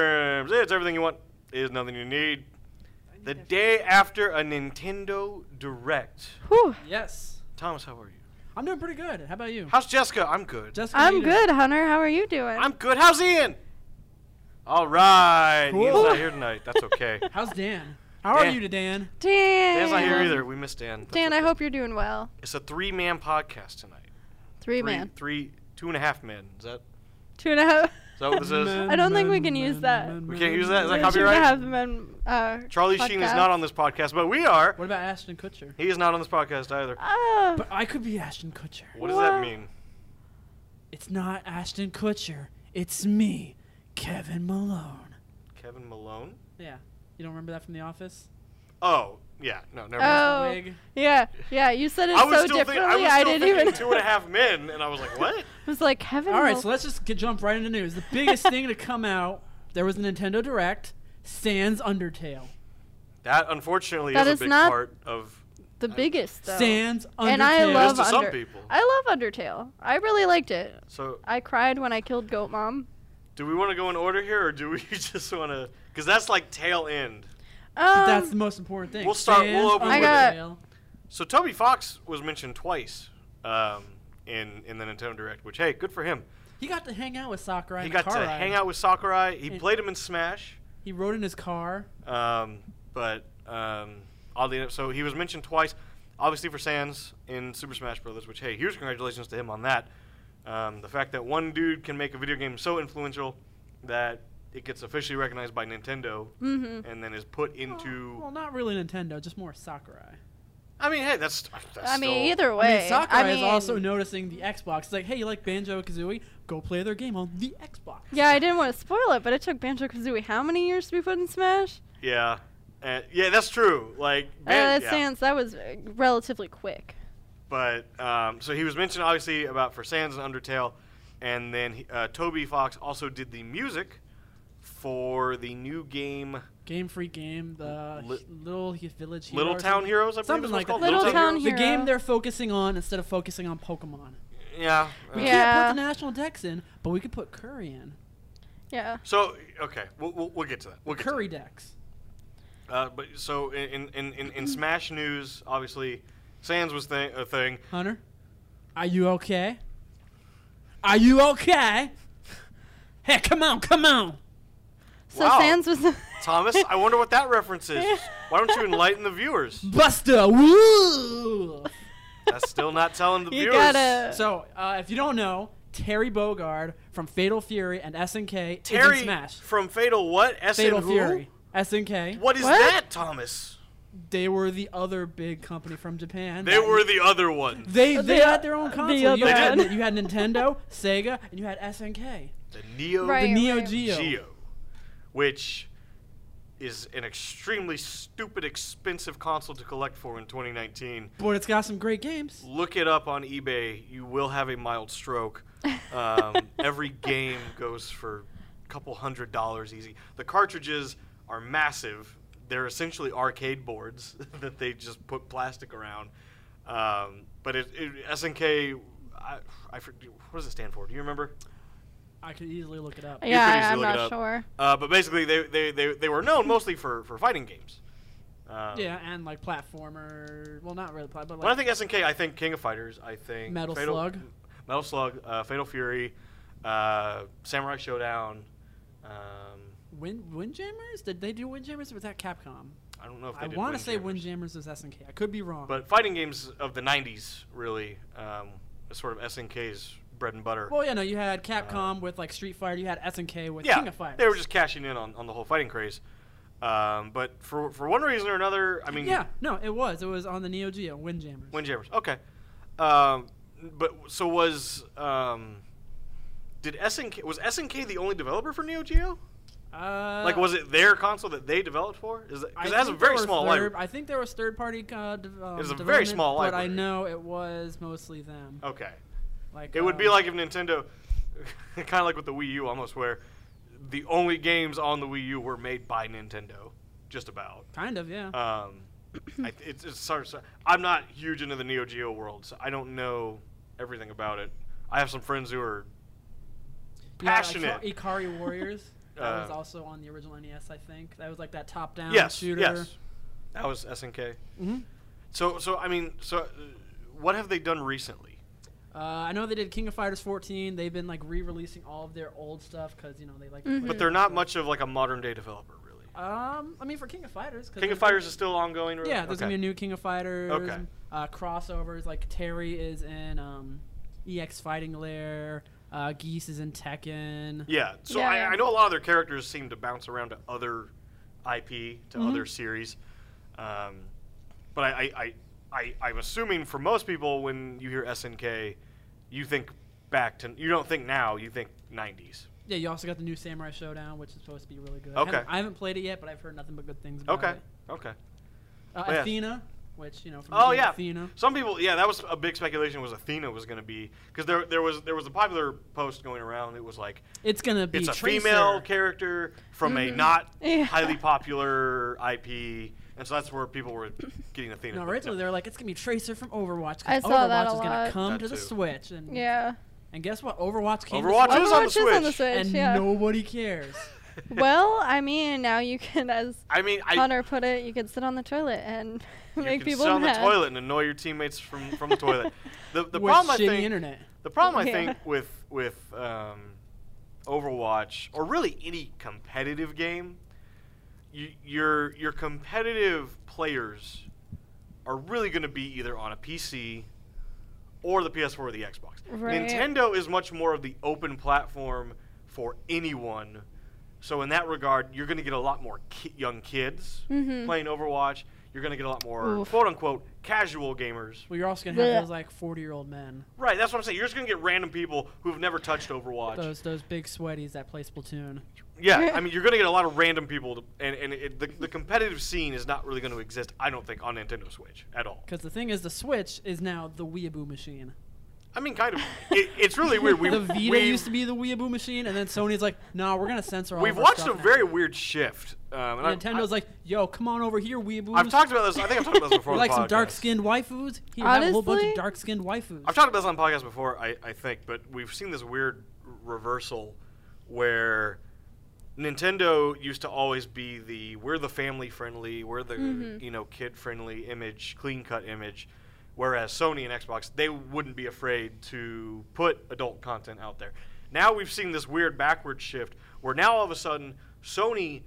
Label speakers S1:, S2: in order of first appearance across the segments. S1: It's everything you want. Is nothing you need. The day after a Nintendo Direct.
S2: Whew.
S3: Yes.
S1: Thomas, how are you?
S3: I'm doing pretty good. How about you?
S1: How's Jessica? I'm good.
S3: Jessica, how
S2: I'm
S3: you
S2: good,
S3: doing?
S2: Hunter. How are you doing?
S1: I'm good. How's Ian? All right.
S3: Cool.
S1: Ian's not here tonight. That's okay.
S3: How's Dan? How are
S1: Dan.
S3: you today, Dan?
S2: Dan.
S1: Dan's not here either. We missed Dan. That's
S2: Dan, I
S1: okay.
S2: hope you're doing well.
S1: It's a three-man podcast tonight.
S2: Three, man.
S1: Three, two and a half men. Is that,
S2: Two and a half.
S1: is that what this is?
S2: I don't think we can use that.
S1: We can't use that? Is
S2: We
S1: that
S2: should
S1: copyright?
S2: Have them in, uh,
S1: Charlie Sheen is not on this podcast, but we are.
S3: What about Ashton Kutcher?
S1: He is not on this podcast either.
S2: Oh.
S3: But I could be Ashton Kutcher.
S1: What does that
S2: What?
S1: mean?
S3: It's not Ashton Kutcher. It's me, Kevin Malone.
S1: Kevin Malone?
S3: Yeah. You don't remember that from The Office?
S1: Oh, yeah. No, never mind.
S3: The
S2: Oh.
S3: wig.
S2: Yeah, yeah. You said it
S1: I was
S2: so
S1: still thinking.
S2: differently.
S1: I was
S2: I
S1: still
S2: didn't
S1: thinking
S2: even.
S1: two and a half men, and I was like, what?
S2: I was like, Kevin.
S3: All right,
S2: will-
S3: so let's just get, jump right into news. The biggest thing to come out there was a Nintendo Direct, Sans Undertale.
S1: That unfortunately
S2: That
S1: is
S2: is
S1: a big
S2: not-
S1: part of.
S2: the biggest though.
S3: Sans Undertale.
S2: And I
S1: It
S2: love
S1: is to some
S2: Under-
S1: people.
S2: I love Undertale. I really liked it.
S1: So,
S2: I cried when I killed Goat Mom.
S1: do we want to go in order here, or do we just want to? Because that's like tail end.
S2: Um,
S3: That's the most important thing.
S1: We'll start- we'll
S3: Sans
S1: open
S2: with
S3: Undertale.
S1: So Toby Fox was mentioned twice um, in in the Nintendo Direct, which hey, good for him.
S3: He got to hang out with Sakurai.
S1: he
S3: in a
S1: got to
S3: car ride.
S1: hang out with Sakurai. He
S3: And-
S1: played him in Smash,
S3: He rode in his car.
S1: um, but um, oddly enough, so he was mentioned twice. Obviously for Sans in Super Smash Brothers, which hey, huge congratulations to him on that. Um, the fact that one dude can make a video game so influential that it gets officially recognized by Nintendo
S2: Mhm.
S1: and then is put into.
S3: Well, not really Nintendo, just more Sakurai.
S1: I mean, hey, that's. that's
S2: I mean,
S1: still-
S2: either
S3: I
S2: way.
S3: mean, Sakurai is
S2: mean-
S3: also noticing the Xbox. It's like, hey, you like Banjo Kazooie? Go play their game on the Xbox.
S2: Yeah, I didn't want to spoil it, but it took Banjo Kazooie how many years to be put in Smash?
S1: Yeah. Uh, yeah, that's true. Like,
S2: uh,
S1: man,
S2: that
S1: yeah.
S2: Sans, that was uh, relatively quick.
S1: But um, so he was mentioned obviously about for Sans and Undertale, and then he, uh, Toby Fox also did the music for the new game
S3: Game Freak game, the
S1: Li-
S3: h- Little he- Village Hero.
S1: Little
S3: or
S1: Town
S3: something.
S1: Heroes. I believe
S3: Something
S1: it's
S3: like that.
S1: called.
S2: Little Town
S3: The game
S2: Hero.
S3: they're focusing on instead of focusing on Pokemon.
S1: Yeah. uh,
S3: We
S2: Yeah.
S3: can't put the National Dex in, but we could put Curry in.
S2: Yeah.
S1: So okay, we'll, we'll, we'll get to that. We'll get to
S3: Curry Dex.
S1: that. Uh, but so in in, in, in Smash news, obviously, Sans was thi- a thing.
S3: Hunter, are you okay? Are you okay? Hey, come on, come on.
S2: So
S1: Wow.
S2: Sans was.
S1: Thomas, I wonder what that reference is. Why don't you enlighten the viewers?
S3: Buster, woo!
S1: That's still not telling the
S2: You
S1: viewers.
S2: gotta-
S3: So, uh, if you don't know, Terry Bogard from Fatal Fury and SNK is in
S1: Terry
S3: Smash.
S1: from Fatal what? S and
S3: Fatal
S1: who?
S3: Fury, SNK.
S1: What is
S2: What?
S1: that, Thomas?
S3: They were the other big company from Japan.
S1: They
S3: that-
S1: were the other one.
S3: They, they,
S2: They
S3: had
S2: are
S3: their own
S2: the
S3: console. You
S2: other
S3: had,
S2: one.
S3: you had Nintendo, Sega, and you had SNK.
S1: The Neo
S2: Right.
S3: the Neo
S2: right.
S3: Geo.
S1: Geo, which is an extremely stupid, expensive console to collect for in 2019.
S3: But it's got some great games.
S1: Look it up on eBay. You will have a mild stroke. Um, every game goes for a couple hundred dollars easy. The cartridges are massive. They're essentially arcade boards that they just put plastic around. Um, but it, it, SNK, I, I, for- what does it stand for? Do you remember?
S3: I could easily look it up.
S1: could
S2: yeah,
S1: easily
S2: I'm
S1: look it up.
S2: not sure.
S1: Uh, but basically, they, they, they, they were known mostly for, for fighting games. Um,
S3: Yeah, and like platformer. Well, not really platformer, but like
S1: When I think SNK, I think King of Fighters. I think
S3: Metal
S1: Fatal,
S3: Slug.
S1: Metal Slug, uh, Fatal Fury, uh, Samurai Showdown. Um,
S3: Win Windjammers? Did they do Windjammers or was that Capcom?
S1: I don't know if they
S3: I
S1: did
S3: want to say
S1: Windjammers.
S3: Windjammers was SNK. I could be wrong.
S1: But fighting games of the '90s really um, is sort of SNK's bread and butter.
S3: well, yeah, no, you had Capcom with like Street Fighter. You had SNK with
S1: Uh, yeah,
S3: King of Fighters.
S1: they were just cashing in on, on the whole fighting craze. Um, but for for one reason or another, I mean,
S3: yeah, no, it was. It was on the Neo Geo Windjammers.
S1: Windjammers. Okay. Um, but so was um, did SNK was SNK the only developer for Neo Geo?
S3: uh,
S1: like, was it their console that they developed for? Is
S3: I
S1: because it has a
S3: think there
S1: very
S3: were
S1: small
S3: third,
S1: library.
S3: I think there was third party. Uh, de- um,
S1: was a very
S3: development,
S1: small
S3: But
S1: library.
S3: I know it was mostly them.
S1: Okay.
S3: Like
S1: It would be
S3: um,
S1: like if Nintendo, kind of like with the Wii U, almost where the only games on the Wii U were made by Nintendo, just about.
S3: kind of yeah.
S1: Um, I, th- it's, it's sort of, so- I'm not huge into the Neo Geo world, so I don't know everything about it. I have some friends who are
S3: You had, like,
S1: passionate.
S3: Ikari Warriors. That was
S1: Uh,
S3: also on the original NES, I think. That was like that top-down
S1: yes,
S3: shooter.
S1: yes. That was SNK.
S3: Mm-hmm.
S1: So, so I mean, so uh, what have they done recently?
S3: Uh, I know they did King of Fighters 14. They've been like re-releasing all of their old stuff because you know they like. to
S2: Mhm.
S3: play
S1: But
S3: it,
S1: they're not
S3: so-
S1: much of like a modern day developer, really.
S3: Um, I mean for King of Fighters. 'cause
S1: King of
S3: there's gonna
S1: Fighters
S3: be-
S1: is still ongoing. Really?
S3: Yeah, there's gonna be
S1: Okay.
S3: a new King of Fighters.
S1: Okay.
S3: Uh, crossovers like Terry is in um, EX Fighting Lair. Uh, Geese is in Tekken.
S1: Yeah, so
S2: Yeah,
S1: I,
S2: yeah.
S1: I know a lot of their characters seem to bounce around to other IP, to
S3: Mhm.
S1: other series, um, but I, I, I, I, I'm assuming for most people, when you hear SNK, you think back to you don't think now, you think '90s.
S3: Yeah, you also got the new Samurai Showdown, which is supposed to be really good. I
S1: Okay.
S3: haven't, I haven't played it yet, but I've heard nothing but good things about
S1: Okay,
S3: it.
S1: okay.
S3: Uh,
S1: Oh, yeah.
S3: Athena, which you know from the
S1: Oh
S3: game
S1: yeah,
S3: Athena.
S1: Some people, yeah, that was a big speculation was Athena was going to be because there there was there was a popular post going around. It was like
S3: It's gonna be
S1: it's a
S3: Tracer.
S1: female character from a
S2: Mhm.
S1: not
S2: Yeah.
S1: highly popular IP, and so that's where people were getting Athena.
S3: No,
S1: but
S3: originally they were like, it's gonna be Tracer from Overwatch. 'cause
S2: I saw
S3: Overwatch
S2: that a
S3: is gonna
S2: lot.
S3: come
S1: That
S3: to the
S1: too.
S3: Switch, and
S2: Yeah.
S3: and guess what? Overwatch came.
S1: Overwatch
S3: to
S1: is on
S2: Overwatch
S1: the
S2: is on the
S1: Switch,
S2: Switch.
S3: and
S2: yeah.
S3: nobody cares.
S2: well, I mean, now you can, as
S1: I mean, I
S2: Connor put it, you can sit on the toilet and
S1: you
S2: make
S1: can
S2: people
S1: sit on
S2: mad.
S1: the toilet and annoy your teammates from from the toilet. The the
S3: With
S1: problem I
S3: shitty
S1: think
S3: internet.
S1: the problem
S2: Yeah.
S1: I think with with um, Overwatch or really any competitive game, you, your your competitive players are really going to be either on a PC or the PS4 or the Xbox.
S2: Right.
S1: Nintendo is much more of the open platform for anyone. So in that regard, you're going to get a lot more ki- young kids
S2: Mhm.
S1: playing Overwatch. You're going to get a lot more
S2: Oof.
S1: quote unquote casual gamers.
S3: Well, you're also gonna have
S2: Blech.
S3: those like 40 year old men,
S1: Right, that's what I'm saying. You're just going to get random people who've never touched Overwatch.
S3: those those big sweaties that play Splatoon.
S1: Yeah, I mean, you're going to get a lot of random people, to, and, and it, the, the competitive scene is not really going to exist, I don't think, on Nintendo Switch at all.
S3: Because the thing is, the Switch is now the Weeaboo machine.
S1: I mean, kind of. It, it's really weird. We,
S3: the Vita
S1: we've,
S3: used to be the Weeaboo machine, and then Sony's like, "No, we're gonna censor all."
S1: We've
S3: of our
S1: watched a
S3: stuff now."
S1: very weird shift. Um, and I-
S3: Nintendo's
S1: I,
S3: like, "Yo, come on over here, Weeaboo."
S1: I've talked about this. I think I've talked about this before. on
S3: You like
S1: the
S3: some
S1: podcast.
S3: dark skinned waifus? Here, have a whole bunch of
S2: Honestly?
S3: dark skinned waifus.
S1: I've talked about this on podcast before, I, I think, but we've seen this weird r- reversal where Nintendo used to always be the we're the family friendly, we're the
S2: Mhm.
S1: you know kid friendly image, clean cut image, whereas Sony and Xbox they wouldn't be afraid to put adult content out there. Now we've seen this weird backward shift where now all of a sudden Sony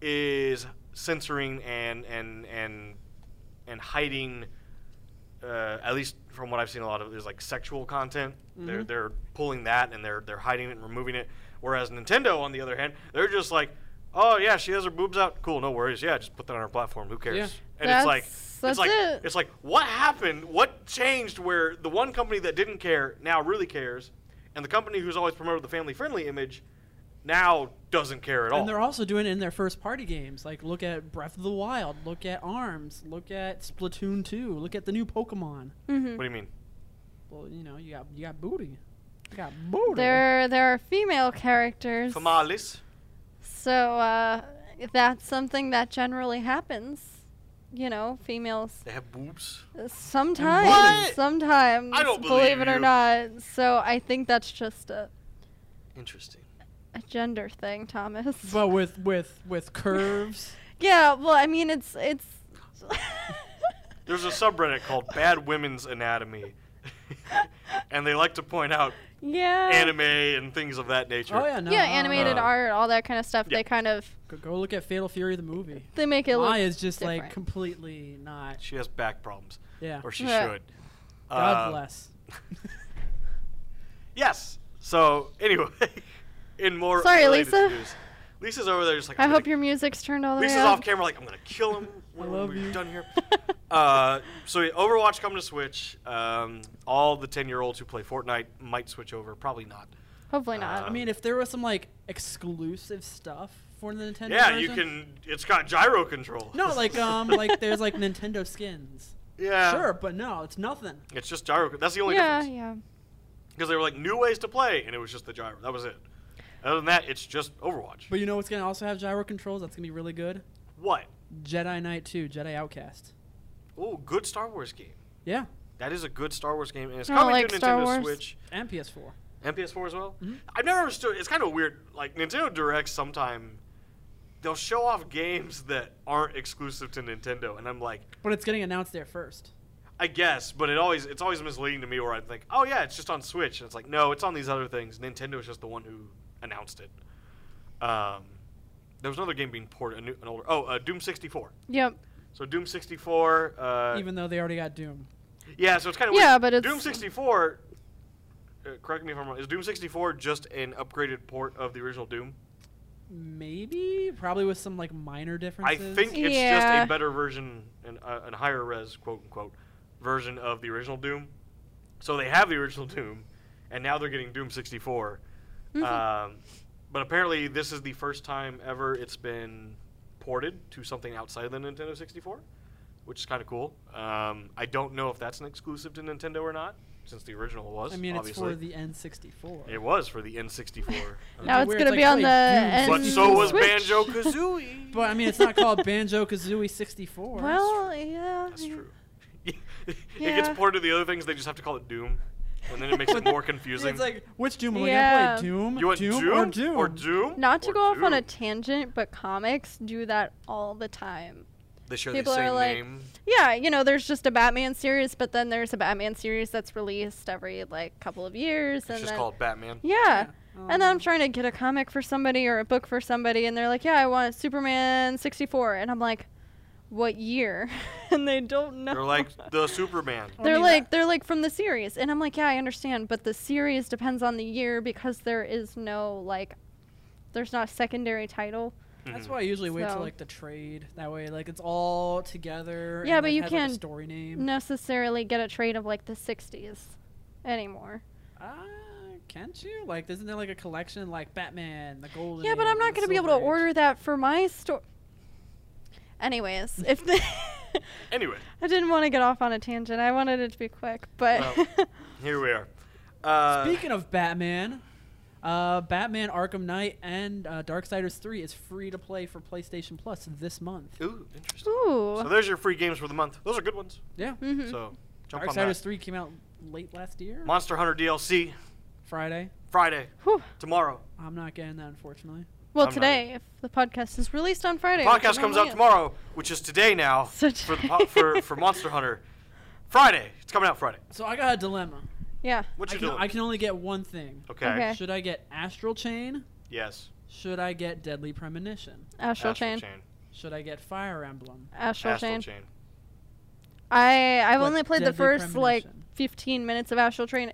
S1: is censoring and and and and hiding uh, at least from what I've seen, a lot of there's like sexual content. They're
S2: Mm-hmm.
S3: Mhm.
S1: they're pulling that and they're they're hiding it and removing it. Whereas Nintendo, on the other hand, they're just like, oh yeah, she has her boobs out. Cool, no worries. Yeah, just put that on her platform. Who cares?
S3: Yeah.
S1: And it's
S2: That's-
S1: like it's
S2: that's
S1: like
S2: it.
S1: it's like what happened? What changed? Where the one company that didn't care now really cares, and the company who's always promoted the family friendly image now doesn't care at all.
S3: and they're also doing it in their first party games. Like, look at Breath of the Wild, look at Arms, look at Splatoon 2, look at the new Pokemon.
S1: what
S2: Mhm.
S1: do you mean?
S3: Well, you know, you got you got booty. You got booty.
S2: There, there are female characters.
S1: Famales.
S2: So uh, that's something that generally happens. You know, females
S1: They have boobs.
S2: sometimes,
S1: What?
S2: sometimes,
S1: I don't
S2: believe
S1: believe
S2: it or
S1: you.
S2: not. So I think that's just a,
S1: Interesting.
S2: a gender thing, Thomas.
S3: But with with with curves. Oh,
S2: yeah, well, I mean, it's it's.
S1: There's a subreddit called Bad Women's Anatomy. and they like to point out
S2: yeah.
S1: anime and things of that nature.
S3: oh yeah, no.
S2: yeah,
S3: uh,
S2: animated
S1: Uh,
S2: art, all that kind of stuff.
S1: yeah.
S2: They kind of
S3: Go, go look at Fatal Fury the movie.
S2: they make it look.
S3: Maya's just like
S2: different.
S3: completely not.
S1: She has back problems,
S3: Yeah.
S1: or she
S2: Yeah.
S1: should.
S3: God
S1: Uh,
S3: bless.
S1: Yes. So anyway, in more
S2: Sorry,
S1: related
S2: Lisa.
S1: news, Lisa's over there just like
S2: I
S1: I'm
S2: hope
S1: gonna-
S2: your music's turned all the
S1: Lisa's
S2: way
S1: off
S2: up.
S1: camera like I'm gonna kill him when
S3: love
S1: we're
S3: you.
S1: done here. uh, so yeah, Overwatch coming to Switch. Um, all the 10 year olds who play Fortnite might switch over. Probably not.
S2: Hopefully not.
S1: Uh,
S3: I mean, if there was some like exclusive stuff for the Nintendo.
S1: yeah, you
S3: version-
S1: can. It's got gyro control.
S3: No, like um, like there's like Nintendo skins.
S1: yeah.
S3: Sure, but no, it's nothing.
S1: It's just gyro. That's the only
S2: yeah,
S1: difference.
S2: yeah.
S1: Because they were like new ways to play, and it was just the gyro. That was it. Other than that, it's just Overwatch.
S3: But you know what's gonna also have gyro controls? That's gonna be really good.
S1: what?
S3: Jedi Knight 2, Jedi Outcast.
S1: Oh, good Star Wars game.
S3: Yeah,
S1: That is a good Star Wars game, and it's
S2: I don't
S1: coming
S2: like
S1: to
S2: Star
S1: Nintendo
S2: Wars.
S1: Switch.
S3: and PS4.
S1: And PS4 as well.
S3: Mhm.
S1: I've never understood. It's kind of weird. Like Nintendo Directs, sometime they'll show off games that aren't exclusive to Nintendo, and I'm like,
S3: But it's getting announced there first.
S1: I guess, but it always it's always misleading to me where I think, oh yeah, it's just on Switch, and it's like, no, it's on these other things. Nintendo's just the one who announced it. Um, there was another game being ported, a new, an older. Oh, uh, Doom 64.
S2: Yep.
S1: So Doom 64. Uh,
S3: even though they already got Doom.
S1: yeah, so it's kind of
S2: Yeah,
S1: weird.
S2: but it's-
S1: Doom 64. Uh, correct me if I'm wrong. Is Doom 64 just an upgraded port of the original Doom?
S3: Maybe, probably with some like minor
S1: I
S3: differences.
S1: think it's just
S2: Yeah.
S1: a better version, an, uh, an higher res, quote unquote, version of the original Doom. So they have the original Doom, and now they're getting Doom 64.
S2: Mhm.
S1: Um, but apparently, this is the first time ever it's been ported to something outside of the Nintendo 64, which is kind of cool. Um, I don't know if that's an exclusive to Nintendo or not, since the original was.
S3: I mean,
S1: obviously.
S3: it's for the N64.
S1: It was for the N64.
S2: now it's
S3: It'd be weird,
S2: gonna
S3: like
S2: be on
S3: playing
S2: the
S3: Doom.
S1: but
S2: N
S1: so was
S2: Switch.
S1: Banjo Kazooie.
S3: But I mean, it's not called Banjo Kazooie 64.
S2: well, yeah.
S1: That's
S2: yeah.
S1: true. It gets
S2: Yeah.
S1: ported to the other things. They just have to call it Doom, and then it makes it more confusing.
S3: it's like which Doom?
S2: Yeah.
S3: Are we gonna play Doom?
S1: you want
S3: Doom, or Doom?
S1: or Doom?
S2: Not to
S1: Or
S2: go off on a
S1: Doom.
S2: tangent, but comics do that all the time.
S1: They share
S2: people
S1: the
S2: are
S1: same
S2: like-
S1: name.
S2: Yeah, you know, there's just a Batman series, but then there's a Batman series that's released every like couple of years,
S1: It's
S2: and
S1: just
S2: then
S1: called Batman.
S2: yeah. And then I'm
S3: Um,
S2: trying to get a comic for somebody or a book for somebody, and they're like, "Yeah, I want Superman 64," and I'm like, "What year?" and they don't know.
S1: They're like the Superman.
S3: I
S2: They're
S3: mean,
S2: like they're like from the series, and I'm like, yeah, I understand, but the series depends on the year because there is no like, there's not a secondary title.
S3: That's
S1: Mhm.
S3: why I usually wait
S2: So-
S3: till like the trade. That way, like it's all together.
S2: Yeah,
S3: and
S2: but
S3: it
S2: you
S3: has, like,
S2: can't-
S3: a story name.
S2: Necessarily get a trade of like the 60s anymore.
S3: Uh, can't you? Like, isn't there like a collection like Batman, the Golden?
S2: yeah, but I'm not
S3: going
S2: gonna be able to order that for my store. Anyways, if the
S1: Anyway,
S2: I didn't want to get off on a tangent, I wanted it to be quick, but
S1: Well, here we are. Uh,
S3: Speaking of Batman, uh, Batman Arkham Knight and uh, Darksiders 3 is free to play for PlayStation Plus this month.
S1: Ooh, interesting.
S2: ooh,
S1: So there's your free games for the month. Those are good ones.
S3: Yeah.
S2: Mhm.
S1: So jump on
S3: Darksiders
S1: that.
S3: 3 came out late last year.
S1: Monster Hunter DLC
S3: Friday.
S1: Friday
S2: Whew.
S1: tomorrow.
S3: I'm not getting that, unfortunately.
S1: I'm
S2: well,
S1: not-
S2: today if the podcast is released on Friday, which
S1: podcast comes
S2: it normally
S1: out
S2: is.
S1: tomorrow, which is today now
S2: So
S1: for, the, po- for for Monster Hunter. Friday. It's coming out Friday.
S3: So I got a dilemma.
S2: Yeah.
S1: What
S3: I
S1: you
S3: can,
S1: doing?
S3: I can only get one thing.
S1: okay.
S2: Okay.
S3: Should I get Astral Chain?
S1: Yes.
S3: Should I get Deadly Premonition?
S2: Astral, Chain.
S3: Should I get Fire Emblem?
S2: Astral,
S1: Astral
S2: Chain.
S1: chain.
S2: I I've
S3: What
S2: only played the
S3: deadly
S2: first like
S3: premonition?
S2: 15 minutes of Astral Train.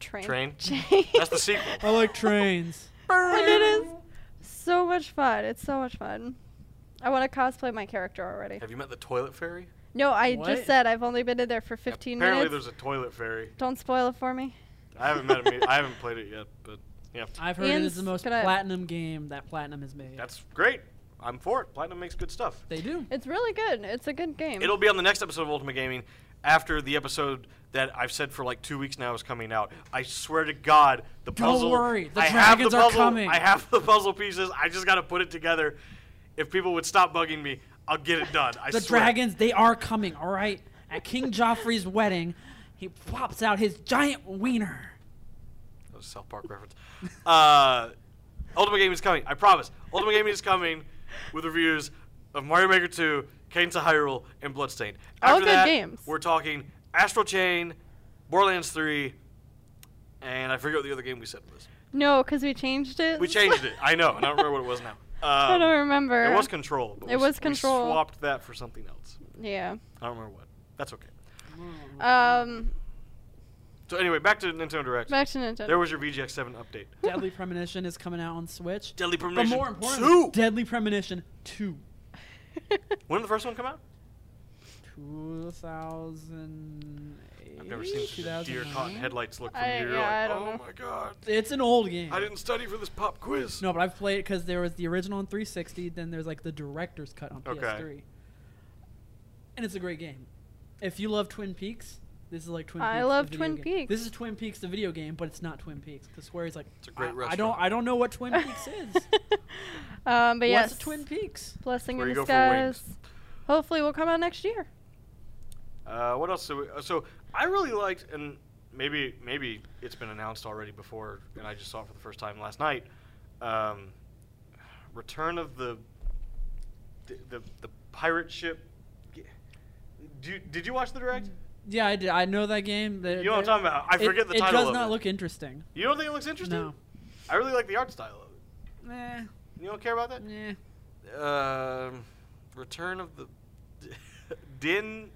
S2: Train.
S1: Train?
S2: Chain.
S1: That's the sequel.
S3: I like trains.
S2: and it is so much fun. It's so much fun. I want to cosplay my character already.
S1: Have you met the toilet fairy?
S2: No, I
S3: What?
S2: just said I've only been in there for 15
S1: Apparently,
S2: minutes.
S1: there's a toilet fairy.
S2: Don't spoil it for me.
S1: I haven't met him. I haven't played it yet, but yeah,
S3: I've heard it is the
S2: Ian's
S3: most
S2: gonna-
S3: platinum game that Platinum has made.
S1: that's great. I'm for it. Platinum makes good stuff.
S3: they do.
S2: It's really good. It's a good game.
S1: It'll be on the next episode of Ultimate Gaming after the episode that I've said for like two weeks now is coming out. I swear to God, the
S3: Don't
S1: puzzle.
S3: worry, the
S1: I have
S3: dragons
S1: the
S3: are
S1: puzzle,
S3: coming.
S1: I have the puzzle pieces. I just got to put it together. If people would stop bugging me, I'll get it done. I
S3: the
S1: swear.
S3: dragons, they are coming, all right? At King Joffrey's wedding, he pops out his giant wiener.
S1: That was a South Park reference. Uh, Ultimate Gaming is coming. I promise. Ultimate Gaming is coming with reviews of Mario Maker 2, Cadence of Hyrule, and Bloodstained.
S2: All
S1: After
S2: good
S1: that,
S2: games.
S1: We're talking Astral Chain, Borderlands 3, and I forget what the other game we said was.
S2: no, because we changed it.
S1: We changed it. I know. and I don't remember what it was now. Um,
S2: I don't remember.
S1: It was Control. But
S2: It
S1: we,
S2: was
S1: we
S2: Control.
S1: swapped that for something else.
S2: yeah.
S1: I don't remember what. That's okay.
S2: Um,
S1: So anyway, back to Nintendo Direct.
S2: back to Nintendo.
S1: There was your VGX7 update.
S3: Deadly Premonition is coming out on Switch.
S1: Deadly
S3: but
S1: Premonition
S3: more
S1: 2.
S3: importantly, Deadly Premonition 2.
S1: when did the first one come out?
S3: 2008.
S1: I've never seen such a deer caught in
S3: 2009?
S1: headlights look from
S2: I-
S1: you. You're
S2: yeah, I
S1: like,
S2: don't
S1: oh
S2: know."
S1: my god.
S3: It's an old game.
S1: I didn't study for this pop quiz.
S3: No, but I've played it because there was the original on 360, then there's like the director's cut on
S1: Okay.
S3: PS3. And it's a great game. If you love Twin Peaks, this is like Twin
S2: I
S3: Peaks. the
S2: love
S3: video
S2: Twin
S3: game.
S2: Peaks.
S3: This is Twin Peaks, the video game, but it's not Twin Peaks. Because Square is like,
S1: It's a great
S3: I, I don't,
S1: restaurant."
S3: I don't know what Twin Peaks is.
S2: um, but yes.
S3: What's Twin Peaks?
S2: Blessing
S1: Where
S2: in
S1: you go for
S2: disguise.
S1: wings.
S2: Hopefully, will come out next year.
S1: Uh, what else? Do we, uh, so I really liked, and maybe maybe it's been announced already before, and I just saw it for the first time last night. Um, Return of the the, the the pirate ship. G- Do you, did you watch the
S3: Mm.
S1: direct?
S3: Yeah, I, did. I know that game. The-
S1: You know what I'm
S3: the-
S1: talking about. I
S3: it-
S1: forget the
S3: it
S1: title
S3: does
S1: of
S3: not
S1: it.
S3: look interesting.
S1: You don't think it looks interesting?
S3: No.
S1: I really like the art style of it.
S3: Nah.
S1: You don't care about that?
S3: Nah.
S1: Um, Return of the Din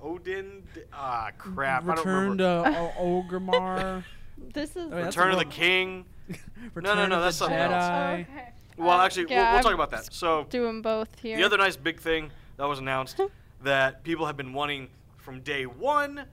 S1: Odin. D- Ah, crap! I don't
S3: Return
S1: remember.
S3: to o- Ogrimmar.
S2: This is.
S3: Oh, yeah, that's
S1: Return
S3: a
S1: of the
S3: good one. Oh,
S1: King.
S3: Return
S1: no, no,
S3: of
S1: that's
S3: the
S1: something
S3: Jedi.
S1: else.
S2: okay.
S1: Well,
S2: Um,
S1: actually, we'll,
S2: yeah,
S1: we'll
S2: I'm
S1: talk about that. So
S2: Do them both here.
S1: the other nice big thing that was announced that people have been wanting from day one.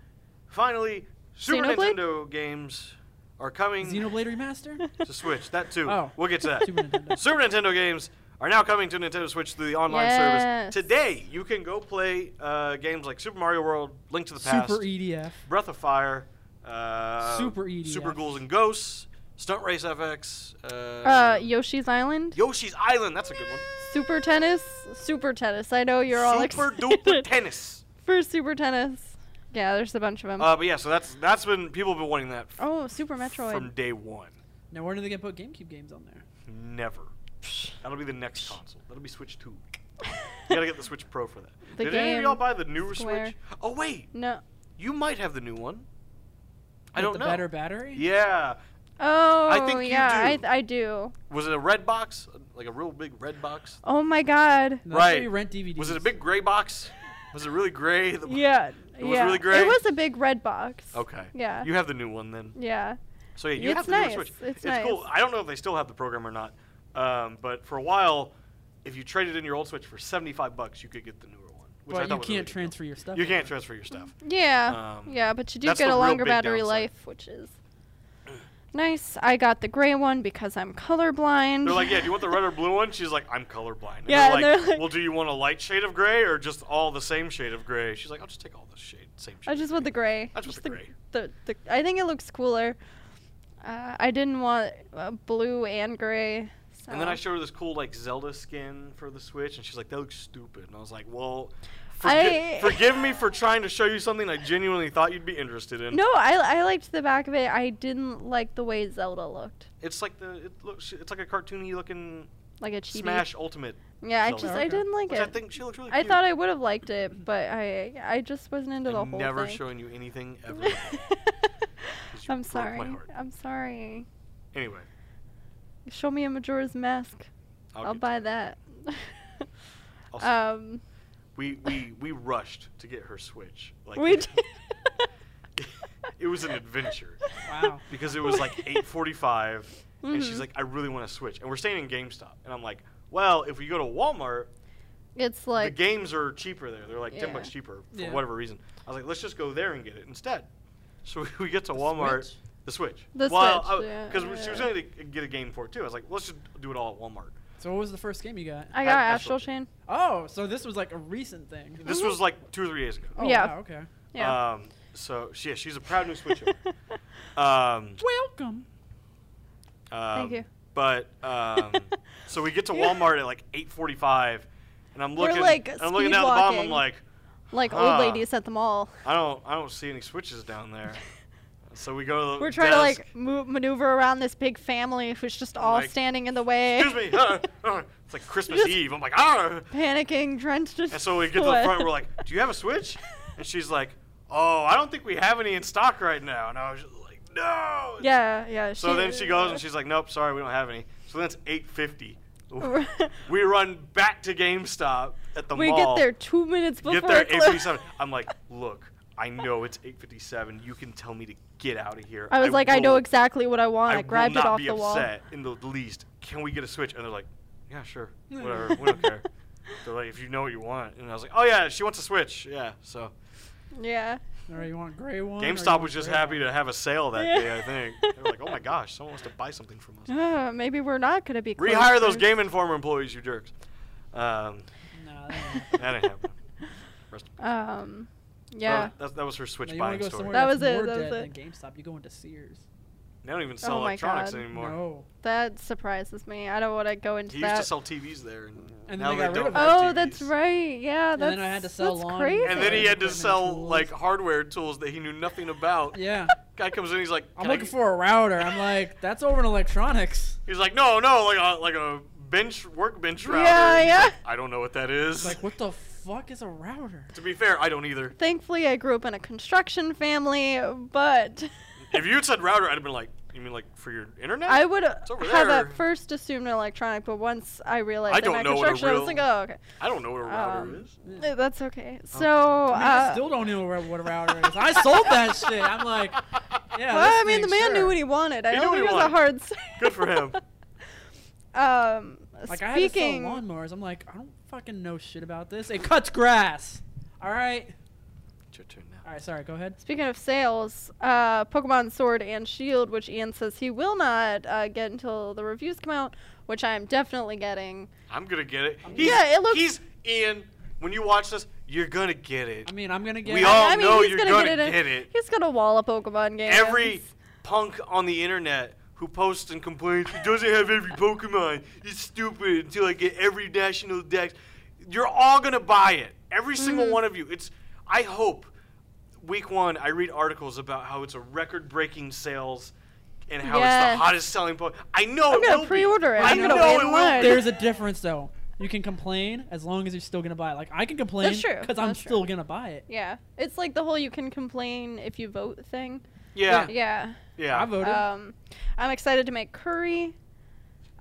S1: Finally, Super
S2: Xenoblade?
S1: Nintendo games are coming
S3: Xenoblade Remaster?
S1: to Switch. That too.
S3: Oh.
S1: We'll get to that.
S3: Super Nintendo.
S1: Super Nintendo games are now coming to Nintendo Switch through the online
S2: Yes.
S1: service. Today, you can go play uh, games like Super Mario World, Link to the Past,
S3: Super E EDF.
S1: Breath of Fire, uh,
S3: Super E EDF.
S1: Super Ghouls and Ghosts, Stunt Race FX, uh,
S2: Uh, Yoshi's Island.
S1: Yoshi's Island. That's a good one.
S2: Super tennis. Super tennis. I know you're all
S1: Super
S2: excited
S1: duper tennis.
S2: for super tennis. Yeah, there's a bunch of them.
S1: Uh, but yeah, so that's that's been people have been wanting that f-
S2: Um, oh, Super Metroid.
S1: from day one.
S3: Now, where are they going to put GameCube games on there?
S1: Never. That'll be the next console. That'll be Switch Two. You gotta get the Switch Pro for that.
S2: The
S1: Did any of
S2: game
S1: y'all buy the newer
S2: Square.
S1: Switch? Oh wait,
S2: no.
S1: you might have the new one. I
S3: With
S1: don't
S3: the
S1: know.
S3: better battery?
S1: Yeah.
S2: Oh,
S1: think you
S2: yeah, I,
S1: do.
S2: I do.
S1: Was it a red box? Like a real big red box?
S2: Oh my god.
S3: No, that's where
S1: Right.
S3: you rent DVDs.
S1: Was it a big gray box? Was it really gray? The-
S2: Yeah.
S1: It was
S2: yeah.
S1: really great.
S2: It was a big red box.
S1: Okay.
S2: Yeah.
S1: You have the new one then.
S2: yeah.
S1: So yeah, you
S2: It's
S1: have the
S2: nice.
S1: Switch.
S2: It's
S1: cool.
S2: nice.
S1: I don't know if they still have the program or not, um, but for a while, if you traded in your old Switch for seventy-five bucks, you could get the newer one. Which I
S3: But
S1: thought was a
S3: you
S1: really
S3: can't
S1: good
S3: transfer your
S1: deal.
S3: stuff.
S1: You
S3: over.
S1: can't transfer your stuff.
S2: Yeah.
S1: Um,
S2: yeah, but you do
S1: that's
S2: get
S1: the
S2: a
S1: real
S2: longer
S1: big
S2: battery
S1: downside.
S2: life, which is nice. I got the gray one because I'm colorblind.
S1: They're like, yeah, do you want the red or blue one? She's like, I'm colorblind. And
S2: Yeah,
S1: They're like,
S2: and they're like-
S1: well, do you want a light shade of gray or just all the same shade of gray? She's like, I'll just take all the shade, same shade.
S2: I just want the gray.
S1: I just want the gray.
S2: The, the, I think it looks cooler. Uh, I didn't want uh, blue and gray. So.
S1: And then I showed her this cool like Zelda skin for the Switch, and she's like, "That looks stupid." And I was like, "Well, forgi-
S2: I-
S1: forgive me for trying to show you something I genuinely thought you'd be interested in."
S2: No, I, I liked the back of it. I didn't like the way Zelda looked.
S1: It's like the it looks it's like a cartoony looking
S2: Like a chibi.
S1: Smash Ultimate.
S2: Yeah, I
S1: Zelda.
S2: just
S3: Okay.
S2: I didn't like
S1: Which
S2: it.
S1: I think she looks really
S2: I
S1: cute.
S2: thought I would have liked it, but I I just wasn't into the
S1: I'm
S2: whole
S1: never
S2: thing.
S1: showing you anything ever. 'cause you
S2: I'm
S1: broke my
S2: sorry.
S1: heart.
S2: I'm sorry.
S1: Anyway,
S2: Show me a Majora's Mask.
S1: I'll,
S2: I'll,
S1: get-
S2: buy that.
S1: I'll s-
S2: um,
S1: we we we rushed to get her Switch. Like
S2: we did.
S1: it was an adventure
S3: Wow.
S1: because it was like 8:45, and she's
S2: Mhm.
S1: like, "I really want a Switch," and we're staying in GameStop, and I'm like, "Well, if we go to Walmart,
S2: It's like
S1: the games are cheaper there. They're like ten
S2: Yeah.
S1: bucks cheaper for
S3: Yeah.
S1: whatever reason. I was like, let's just go there and get it instead. So we, we get to Walmart,
S3: Switch?
S1: the Switch.
S2: The
S1: well,
S2: Switch, yeah,
S1: because she was
S2: yeah. Mm-hmm.
S1: going to get a game for it too. I was like, let's just do it all at Walmart.
S3: So what was the first game you got?
S2: I got
S1: Ab-
S2: Astral
S1: Astral
S2: Chain.
S3: Oh, so this was like a recent thing.
S1: This was like two or three days ago.
S3: Oh,
S2: Yeah.
S3: wow, okay.
S2: Yeah.
S1: Um, so she, yeah, she's a proud new Switch owner. Um,
S3: Welcome.
S1: um,
S2: you.
S1: But um, so we get to Walmart at like eight forty-five, and I'm
S2: We're,
S1: looking,
S2: like,
S1: and I'm looking
S2: speed
S1: down at the bottom. I'm
S2: walking.
S1: like,
S2: like
S1: Huh.
S2: old ladies at the mall.
S1: I don't, I don't see any switches down there. So we go to the
S2: We're trying
S1: desk.
S2: to like move, maneuver around this big family who's just all
S1: like,
S2: standing in the way.
S1: excuse me. uh, uh." It's like Christmas
S2: Just-
S1: Eve. I'm like, ah.
S2: Panicking, drenched in
S1: And so we get to the front. We're like, do you have a Switch? And she's like, oh, I don't think we have any in stock right now. And I was just like, no.
S2: Yeah, yeah.
S1: So then she goes and she's like, nope, sorry, we don't have any. So then it's 850.
S2: like,
S1: We run back to GameStop at the
S2: we
S1: mall.
S2: get there two minutes before.
S1: Get there
S2: it closes.
S1: 857. I'm like, look, I know it's 857. You can tell me to get out of here.
S2: I was like, I know
S1: will-
S2: exactly what I want. I, grabbed
S1: will
S2: it
S1: not
S2: off
S1: be
S2: the wall.
S1: upset in the least. Can we get a switch? And they're like, yeah, sure, whatever, we don't care. They're like, if you know what you want, and I was like, oh yeah, she wants a switch, yeah. So
S2: Yeah.
S3: All right, you want gray one? or you
S1: GameStop
S3: want
S1: was just
S3: gray
S1: happy to have a sale that
S2: Yeah.
S1: day, I think. They were like, oh my gosh, someone wants to buy something from us.
S2: Uh, maybe we're not gonna be. closed
S1: Rehire those
S2: soon.
S1: Game Informer employees, you jerks. Um,
S3: one? Nah, that ain't-
S1: that didn't happen. Rest-
S2: Um. Yeah.
S1: That, that, that was her switch
S3: Now you wanna
S1: buying
S3: go
S1: story.
S3: somewhere
S2: That
S3: that's
S2: was it,
S3: more
S2: that was
S3: dead than
S2: it.
S3: GameStop. You go into Sears.
S1: They don't even sell
S2: Oh my
S1: electronics
S2: God.
S1: anymore.
S3: No.
S2: That surprises me. I don't want to go into
S1: He used
S2: that.
S1: to sell TVs there, and,
S3: And then
S1: now
S3: they
S1: they,
S3: got rid
S1: don't.
S3: of
S1: have
S2: oh, that's
S1: TVs.
S2: right. Yeah.
S3: And
S2: that's,
S3: then I had to sell
S2: that's
S3: lawn
S2: crazy.
S3: equipment.
S1: And then he had to
S3: Equipment
S1: sell
S3: tools.
S1: like hardware tools that he knew nothing about.
S3: Yeah.
S1: Guy comes in, he's like,
S3: I'm
S1: "Can I
S3: looking
S1: get-"
S3: for a router. I'm like, that's over in electronics.
S1: He's like, no, no, like a like a bench workbench router.
S2: Yeah,
S1: He's
S2: yeah.
S1: like, I don't know what that is.
S3: It's like, what the fuck is a router?
S1: to be fair, I don't either.
S2: Thankfully, I grew up in a construction family, but
S1: If you had said router, I'd have been like, you mean like for your internet?
S2: I would
S1: over
S2: have
S1: there.
S2: at first assumed electronic, but once I realized
S1: I
S2: that
S1: don't
S2: my
S1: know what a
S2: construction, I was
S1: real- Um,
S2: like, oh, okay.
S1: I don't know what a router
S2: Um,
S1: is.
S2: Eh, That's okay. So,
S3: I, mean, I
S2: uh,
S3: still don't know where- what a router is. I sold that shit. I'm like, yeah.
S2: well,
S3: this
S2: I mean, the
S3: thing,
S2: man knew
S3: sure.
S2: what he wanted. I
S1: He
S2: don't
S1: knew
S2: think
S1: what
S2: it
S1: he
S2: was a
S1: wanted.
S2: hard sell.
S1: Good for him.
S2: Um,
S3: Like I had to sell
S2: speaking,
S3: lawnmowers. I'm like, I don't fucking know shit about this. It cuts grass. All right.
S1: It's your turn now.
S3: All right. Sorry. Go ahead.
S2: speaking of sales, uh, Pokemon Sword and Shield, which Ian says he will not uh, get until the reviews come out, which I am definitely getting.
S1: I'm gonna get it.
S3: I'm-
S1: He's,
S2: Yeah, it looks-
S1: He's Ian. When you watch this, you're gonna get it.
S3: I mean, I'm gonna get.
S1: We all
S2: I mean,
S1: know
S2: he's
S1: you're
S2: gonna,
S1: gonna
S2: in-
S1: get it.
S2: He's gonna wall a Pokemon game.
S1: Every punk on the internet who posts and complains, he doesn't have every Pokemon. It's stupid until I get every national dex. You're all gonna buy it. Every
S2: Mm-hmm.
S1: single one of you. It's. I hope. Week one, I read articles about how it's a record-breaking sales, and how it's the
S2: Yes.
S1: hottest selling Pokemon. I know it
S2: gonna
S1: will be.
S2: pre-order it.
S1: I
S2: I'm
S1: know
S2: gonna wait
S1: it
S2: in
S1: will
S2: line.
S1: be.
S3: There's a difference though. You can complain as long as you're still gonna buy it. Like I can complain
S2: That's true.
S3: I'm
S2: That's true.
S3: still gonna buy it.
S2: Yeah, it's like the whole "you can complain if you vote" thing.
S1: Yeah,
S2: Yeah.
S1: yeah.
S3: I voted.
S2: Um, I'm excited to make curry.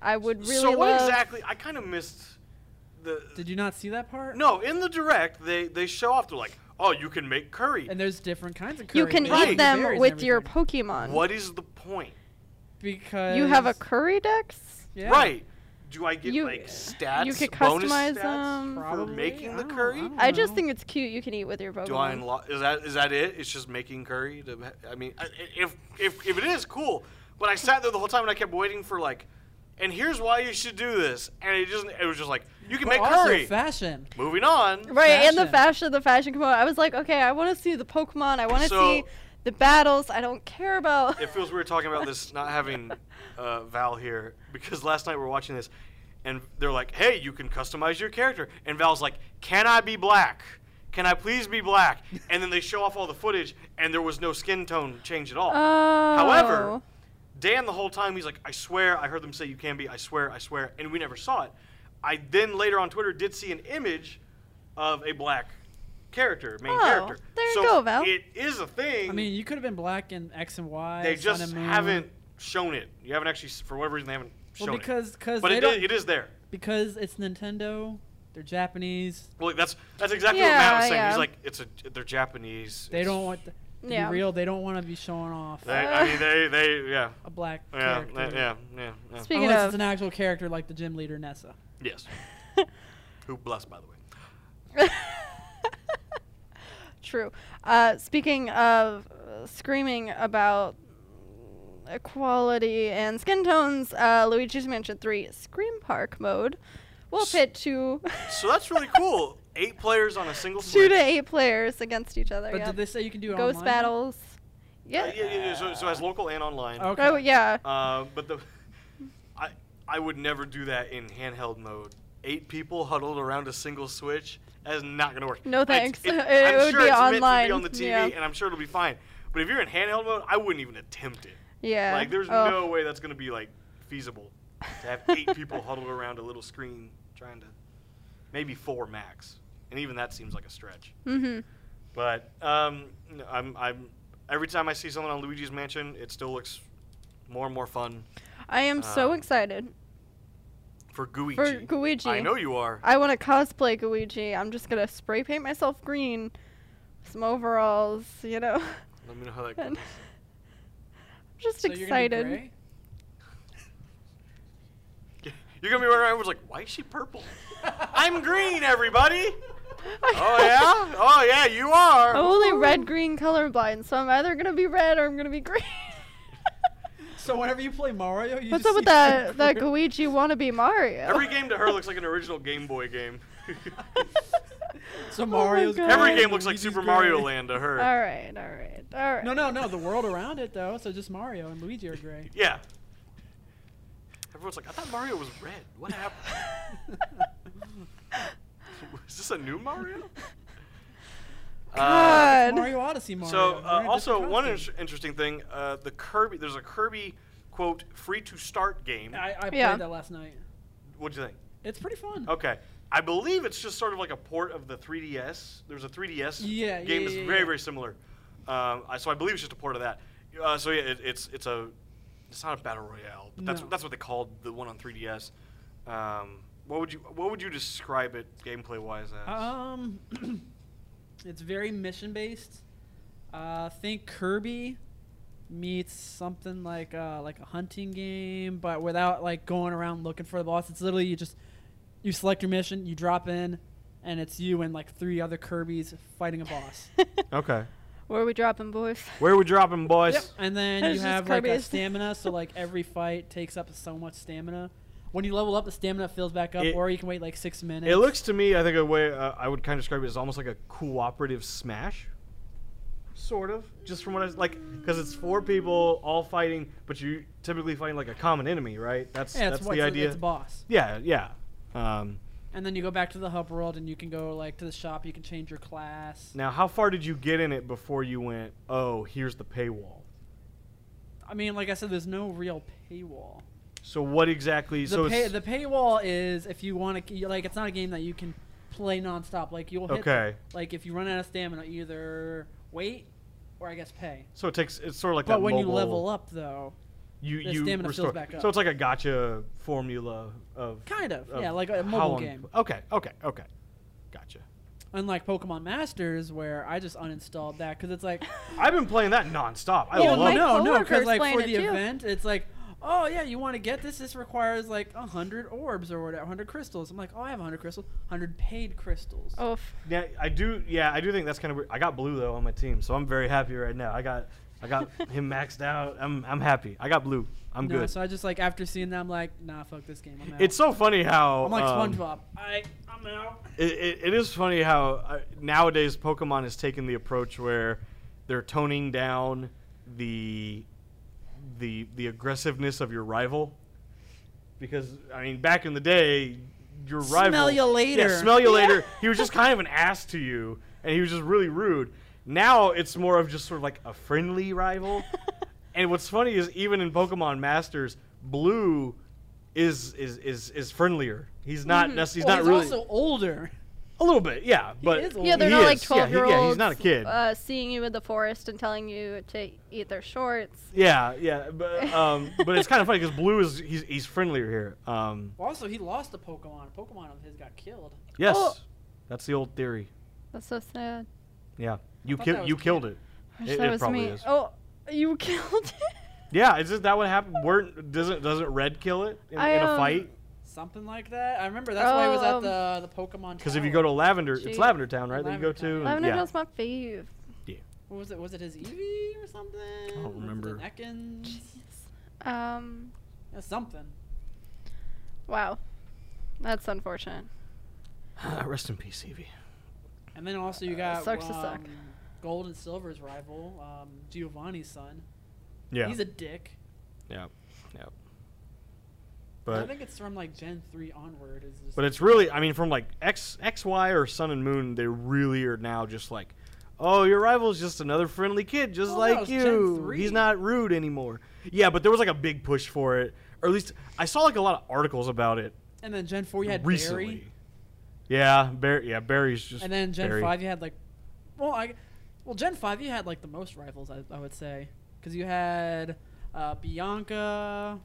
S2: I would really
S1: so what
S2: love.
S1: exactly? I kind of missed the.
S3: Did you not see that part?
S1: no, in the direct, they they show off. They're like, oh, you can make curry.
S3: And there's different kinds of curry.
S2: you can
S3: There's
S1: Right.
S2: eat them
S3: berries
S2: with
S3: and
S2: your
S3: everything.
S2: Pokemon.
S1: what is the point?
S3: because
S2: You have a curry dex?
S3: yeah.
S1: Right. Do I get
S2: You-
S1: like stats?
S2: you could
S1: bonus
S2: customize
S1: stats
S2: them.
S1: for
S3: Probably.
S1: making
S3: I
S1: the
S3: don't- I
S1: curry.
S3: don't
S2: I just
S3: know.
S2: think it's cute. You can eat with your Pokemon.
S1: Do I unlock? Is that is that it? It's just making curry. To, ha- I mean, I- if if if it is cool, but I sat there the whole time and I kept waiting for like, and here's why you should do this, and it just it was just like you can
S3: But
S1: make
S3: also
S1: curry.
S3: fashion.
S1: Moving on.
S2: right, and the
S3: fashion.
S2: fashion, the fashion component. I was like, okay, I want to see the Pokemon. I want to
S1: So-
S2: see the battles. I don't care about.
S1: it feels weird talking about this not having uh, Val here because last night we were watching this, and they're like, "Hey, you can customize your character," and Val's like, "Can I be black? Can I please be black?" And then they show off all the footage, and there was no skin tone change at all.
S2: oh.
S1: However, Dan the whole time he's like, "I swear, I heard them say you can be. I swear, I swear," and we never saw it. I then later on Twitter did see an image of a black character, main
S2: Oh,
S1: character.
S2: there you
S1: so
S2: go, Val.
S1: It is a thing
S3: I mean, you could have been black in X and Y.
S1: they
S3: Sun
S1: just
S3: and Moon.
S1: haven't shown it. You haven't actually, s- for whatever reason, they haven't shown
S3: Well, because
S1: it.
S3: because
S1: But
S3: they
S1: it,
S3: don't,
S1: is, it is there.
S3: because it's Nintendo. They're Japanese.
S1: Well, that's that's exactly what
S2: Yeah,
S1: Matt was saying.
S2: yeah.
S1: He's like, it's a they're Japanese.
S3: They
S1: it's-
S3: don't want to
S2: Yeah.
S3: be real. They don't want to be showing off
S1: They, I mean, they they yeah
S3: a black
S1: yeah
S3: character.
S1: they- yeah yeah. yeah.
S2: speaking
S3: Unless
S2: of.
S3: Oh, it's an actual character like the gym leader Nessa.
S1: Yes. Who blessed, by the way.
S2: True. Uh, speaking of uh, screaming about equality and skin tones, uh, Luigi's Mansion 3 Scream Park mode will
S1: S-
S2: pit two,
S1: So that's really cool. Eight players on a single
S2: two
S1: Switch.
S2: to eight players against each other.
S3: But
S2: yeah.
S3: did they say you can do it
S2: Ghost
S3: online?
S2: battles. Yeah.
S1: Uh, yeah, yeah, yeah, So, so as local and online.
S3: Okay.
S2: Oh, yeah.
S1: Uh, but the I I would never do that in handheld mode. Eight people huddled around a single switch that is not gonna work.
S2: No
S1: It's-
S2: thanks.
S1: it-
S2: It
S1: I'm
S2: would
S1: sure
S2: be
S1: it's meant
S2: online.
S1: to be on the TV,
S2: Yeah.
S1: and I'm sure it'll be fine. But if you're in handheld mode, I wouldn't even attempt it.
S2: Yeah.
S1: Like there's
S2: Oh.
S1: no way that's gonna be like feasible to have eight people huddled around a little screen trying to maybe four max, and even that seems like a stretch.
S2: Mhm.
S1: But um, no, I'm I'm every time I see someone on Luigi's Mansion, it still looks more and more fun
S2: I am so
S1: Um,
S2: excited
S1: for Guigi.
S2: for Guigi.
S1: I know you are.
S2: I want to cosplay Guigi. I'm just gonna spray paint myself green, some overalls, you know.
S1: Let me know how that goes.
S2: And just
S3: So you're gonna be
S2: excited.
S3: gray?
S1: You're gonna be running around. Everyone's like, "Why is she purple? I'm green, everybody." oh yeah, oh yeah, you are.
S2: I'm only
S3: Oh.
S2: red green colorblind, so I'm either gonna be red or I'm gonna be green.
S3: So whenever you play Mario, you
S2: What's
S3: just
S2: up with
S3: see
S2: that that
S3: green.
S2: Luigi wannabe Mario?
S1: Every game to her looks like an original Game Boy game.
S3: So
S2: my
S3: Mario's
S2: God.
S1: Every
S2: Oh,
S3: gray,
S1: game looks like
S3: Luigi's
S1: Super
S3: gray.
S1: Mario Land to
S2: all
S1: her.
S2: right, all right, all right.
S3: No, no, no. The world around it though. So just Mario and Luigi are gray.
S1: Yeah. Everyone's like, "I thought Mario was red. What happened? is this a new Mario?" Uh,
S2: God.
S3: Mario Odyssey, Mario.
S1: so
S3: We're
S1: uh,
S3: in a
S1: also
S3: different
S1: one
S3: costume.
S1: inter- interesting thing, uh, the Kirby. There's a Kirby quote free to start game.
S3: I, I played
S2: Yeah.
S3: that last night.
S1: What'd you think?
S3: It's pretty fun.
S1: Okay. I believe it's just sort of like a port of the 3DS. There's a 3DS
S3: Yeah, yeah,
S1: game that's
S3: yeah,
S1: very,
S3: yeah.
S1: very similar. Um, I, so I believe it's just a port of that. Uh, so yeah, it, it's it's a it's not a battle royale, but that's
S3: No.
S1: that's what they called the one on 3DS. Um, what would you what would you describe it gameplay wise as?
S3: Um, it's very mission based. Uh, think Kirby meets something like uh, like a hunting game, but without like going around looking for the boss. It's literally you just you select your mission, you drop in, and it's you and like three other Kirby's fighting a boss.
S1: okay.
S2: Where are we dropping, boys?
S1: Where we dropping, boys?
S3: Yep. And then
S2: It's
S3: you
S2: just
S3: have like a
S2: Kirby's.
S3: stamina, so like every fight takes up so much stamina. When you level up, the stamina fills back up,
S1: It-
S3: or you can wait like six minutes.
S1: It looks to me, I think a way uh, I would kind of describe it is almost like a cooperative smash, sort of. Just from what I like, because it's four people all fighting, but you typically fighting like a common enemy, right? That's
S3: yeah, it's,
S1: that's
S3: what's
S1: the
S3: a-
S1: idea.
S3: It's a boss.
S1: yeah, yeah. Um,
S3: And then you go back to the hub world and you can go like to the shop, you can change your class.
S1: now, how far did you get in it before you went? Oh, here's the paywall.
S3: I mean, like I said, there's no real paywall.
S1: So what exactly?
S3: The,
S1: so
S3: pay,
S1: it's
S3: the paywall is if you want to, like, it's not a game that you can play nonstop. Like, you'll hit,
S1: Okay.
S3: like, if you run out of stamina, you either wait or I guess pay.
S1: so it takes it's sort of like
S3: But
S1: that
S3: when you
S1: mobile-
S3: level up, though,
S1: you
S3: the
S1: you
S3: stamina fills
S1: restore.
S3: back up.
S1: So it's like a gotcha formula of
S3: kind of,
S1: of
S3: yeah, like
S1: how
S3: a mobile
S1: long-
S3: game.
S1: Okay, okay, okay, gotcha.
S3: Unlike Pokemon Masters, where I just uninstalled that because it's like,
S1: I've been playing that nonstop. I
S2: Yeah,
S1: love
S2: my
S1: it.
S3: no, no,
S2: coworker's
S3: because like
S2: playing
S3: for
S2: it
S3: the
S2: too.
S3: event, it's like, oh yeah, you want to get this? This requires like a hundred orbs or whatever, hundred crystals. I'm like, oh, I have hundred crystals, hundred paid crystals.
S2: Oh,
S1: Yeah, I do. Yeah, I do think that's kind of. weird. I got blue though on my team, so I'm very happy right now. I got, I got him maxed out. I'm, I'm happy. I got blue. I'm
S3: no,
S1: good.
S3: So I just like after seeing that, I'm like, nah, fuck this game. I'm out.
S1: it's so funny how
S3: I'm like
S1: um,
S3: SpongeBob. I I'm out.
S1: It, it, it is funny how uh, nowadays Pokemon has taken the approach where they're toning down the the the aggressiveness of your rival because I mean back in the day your rival
S3: Smell you later.
S1: yeah, smell you
S2: Yeah.
S1: later he was just kind of an ass to you and he was just really rude now it's more of just sort of like a friendly rival and what's funny is even in Pokemon Masters blue is is is, is friendlier he's not nec- he's
S3: Mm-hmm. Well,
S1: not really
S3: also older.
S1: a little bit, yeah. But
S3: is old.
S2: yeah, they're
S1: he
S2: not like
S1: is. Yeah,
S2: twelve
S1: he-
S2: year olds.
S1: Yeah, he's not a kid.
S2: Uh, seeing you in the forest and telling you to eat their shorts.
S1: yeah, yeah. But um, but it's kind of funny because Blue is he's he's friendlier here. Um,
S3: Well, also, he lost a Pokemon. A Pokemon of his got killed.
S1: yes,
S2: Oh.
S1: that's the old theory.
S2: That's so sad.
S1: Yeah, you
S3: thought
S1: ki-
S3: that
S1: you
S3: was
S1: killed it.
S2: I wish
S1: It-
S2: that
S1: it
S2: was
S1: probably
S2: me.
S1: is.
S2: Oh, you killed it.
S1: Yeah, is it that what happened? Weren't doesn't doesn't Red kill it in,
S2: I,
S1: in a
S2: um,
S1: fight?
S3: Something like that. I remember that's why I was
S2: Oh,
S3: at
S2: um,
S3: the the Pokemon.
S1: Because if you
S3: Tower.
S1: go to Lavender,
S2: Gee.
S1: it's Lavender Town, right? That you go
S3: Lavender Town.
S1: to.
S2: Lavender
S1: Mm, yeah.
S2: Town's my fave.
S3: what was it? Was it his Eevee or something? I
S1: remember.
S3: Neckens.
S2: Um,
S3: Yeah, something.
S2: wow, that's unfortunate.
S1: Rest in peace, Evie.
S3: And then also you got
S2: sucks to
S3: um,
S2: suck.
S3: Gold and Silver's rival, um, Giovanni's son.
S1: Yeah,
S3: He's a dick.
S1: yeah, yeah.
S3: I
S1: But
S3: think it's from like Gen three onward. Is just
S1: But it's really, I mean, from like X, XY or Sun and Moon, they really are now just like, oh, your rival's just another friendly kid, just
S3: Well, no,
S1: like
S3: it's Oh, Gen
S1: you.
S3: three.
S1: He's not rude anymore. Yeah, but there was like a big push for it, or at least I saw like a lot of articles about it
S3: and then Gen four you had
S1: recently.
S3: Barry,
S1: Yeah, Barry. Yeah, Barry's just.
S3: and then Gen
S1: Barry.
S3: five you had like, well I, well Gen five you had like the most rivals I, I would say because you had uh, Bianca,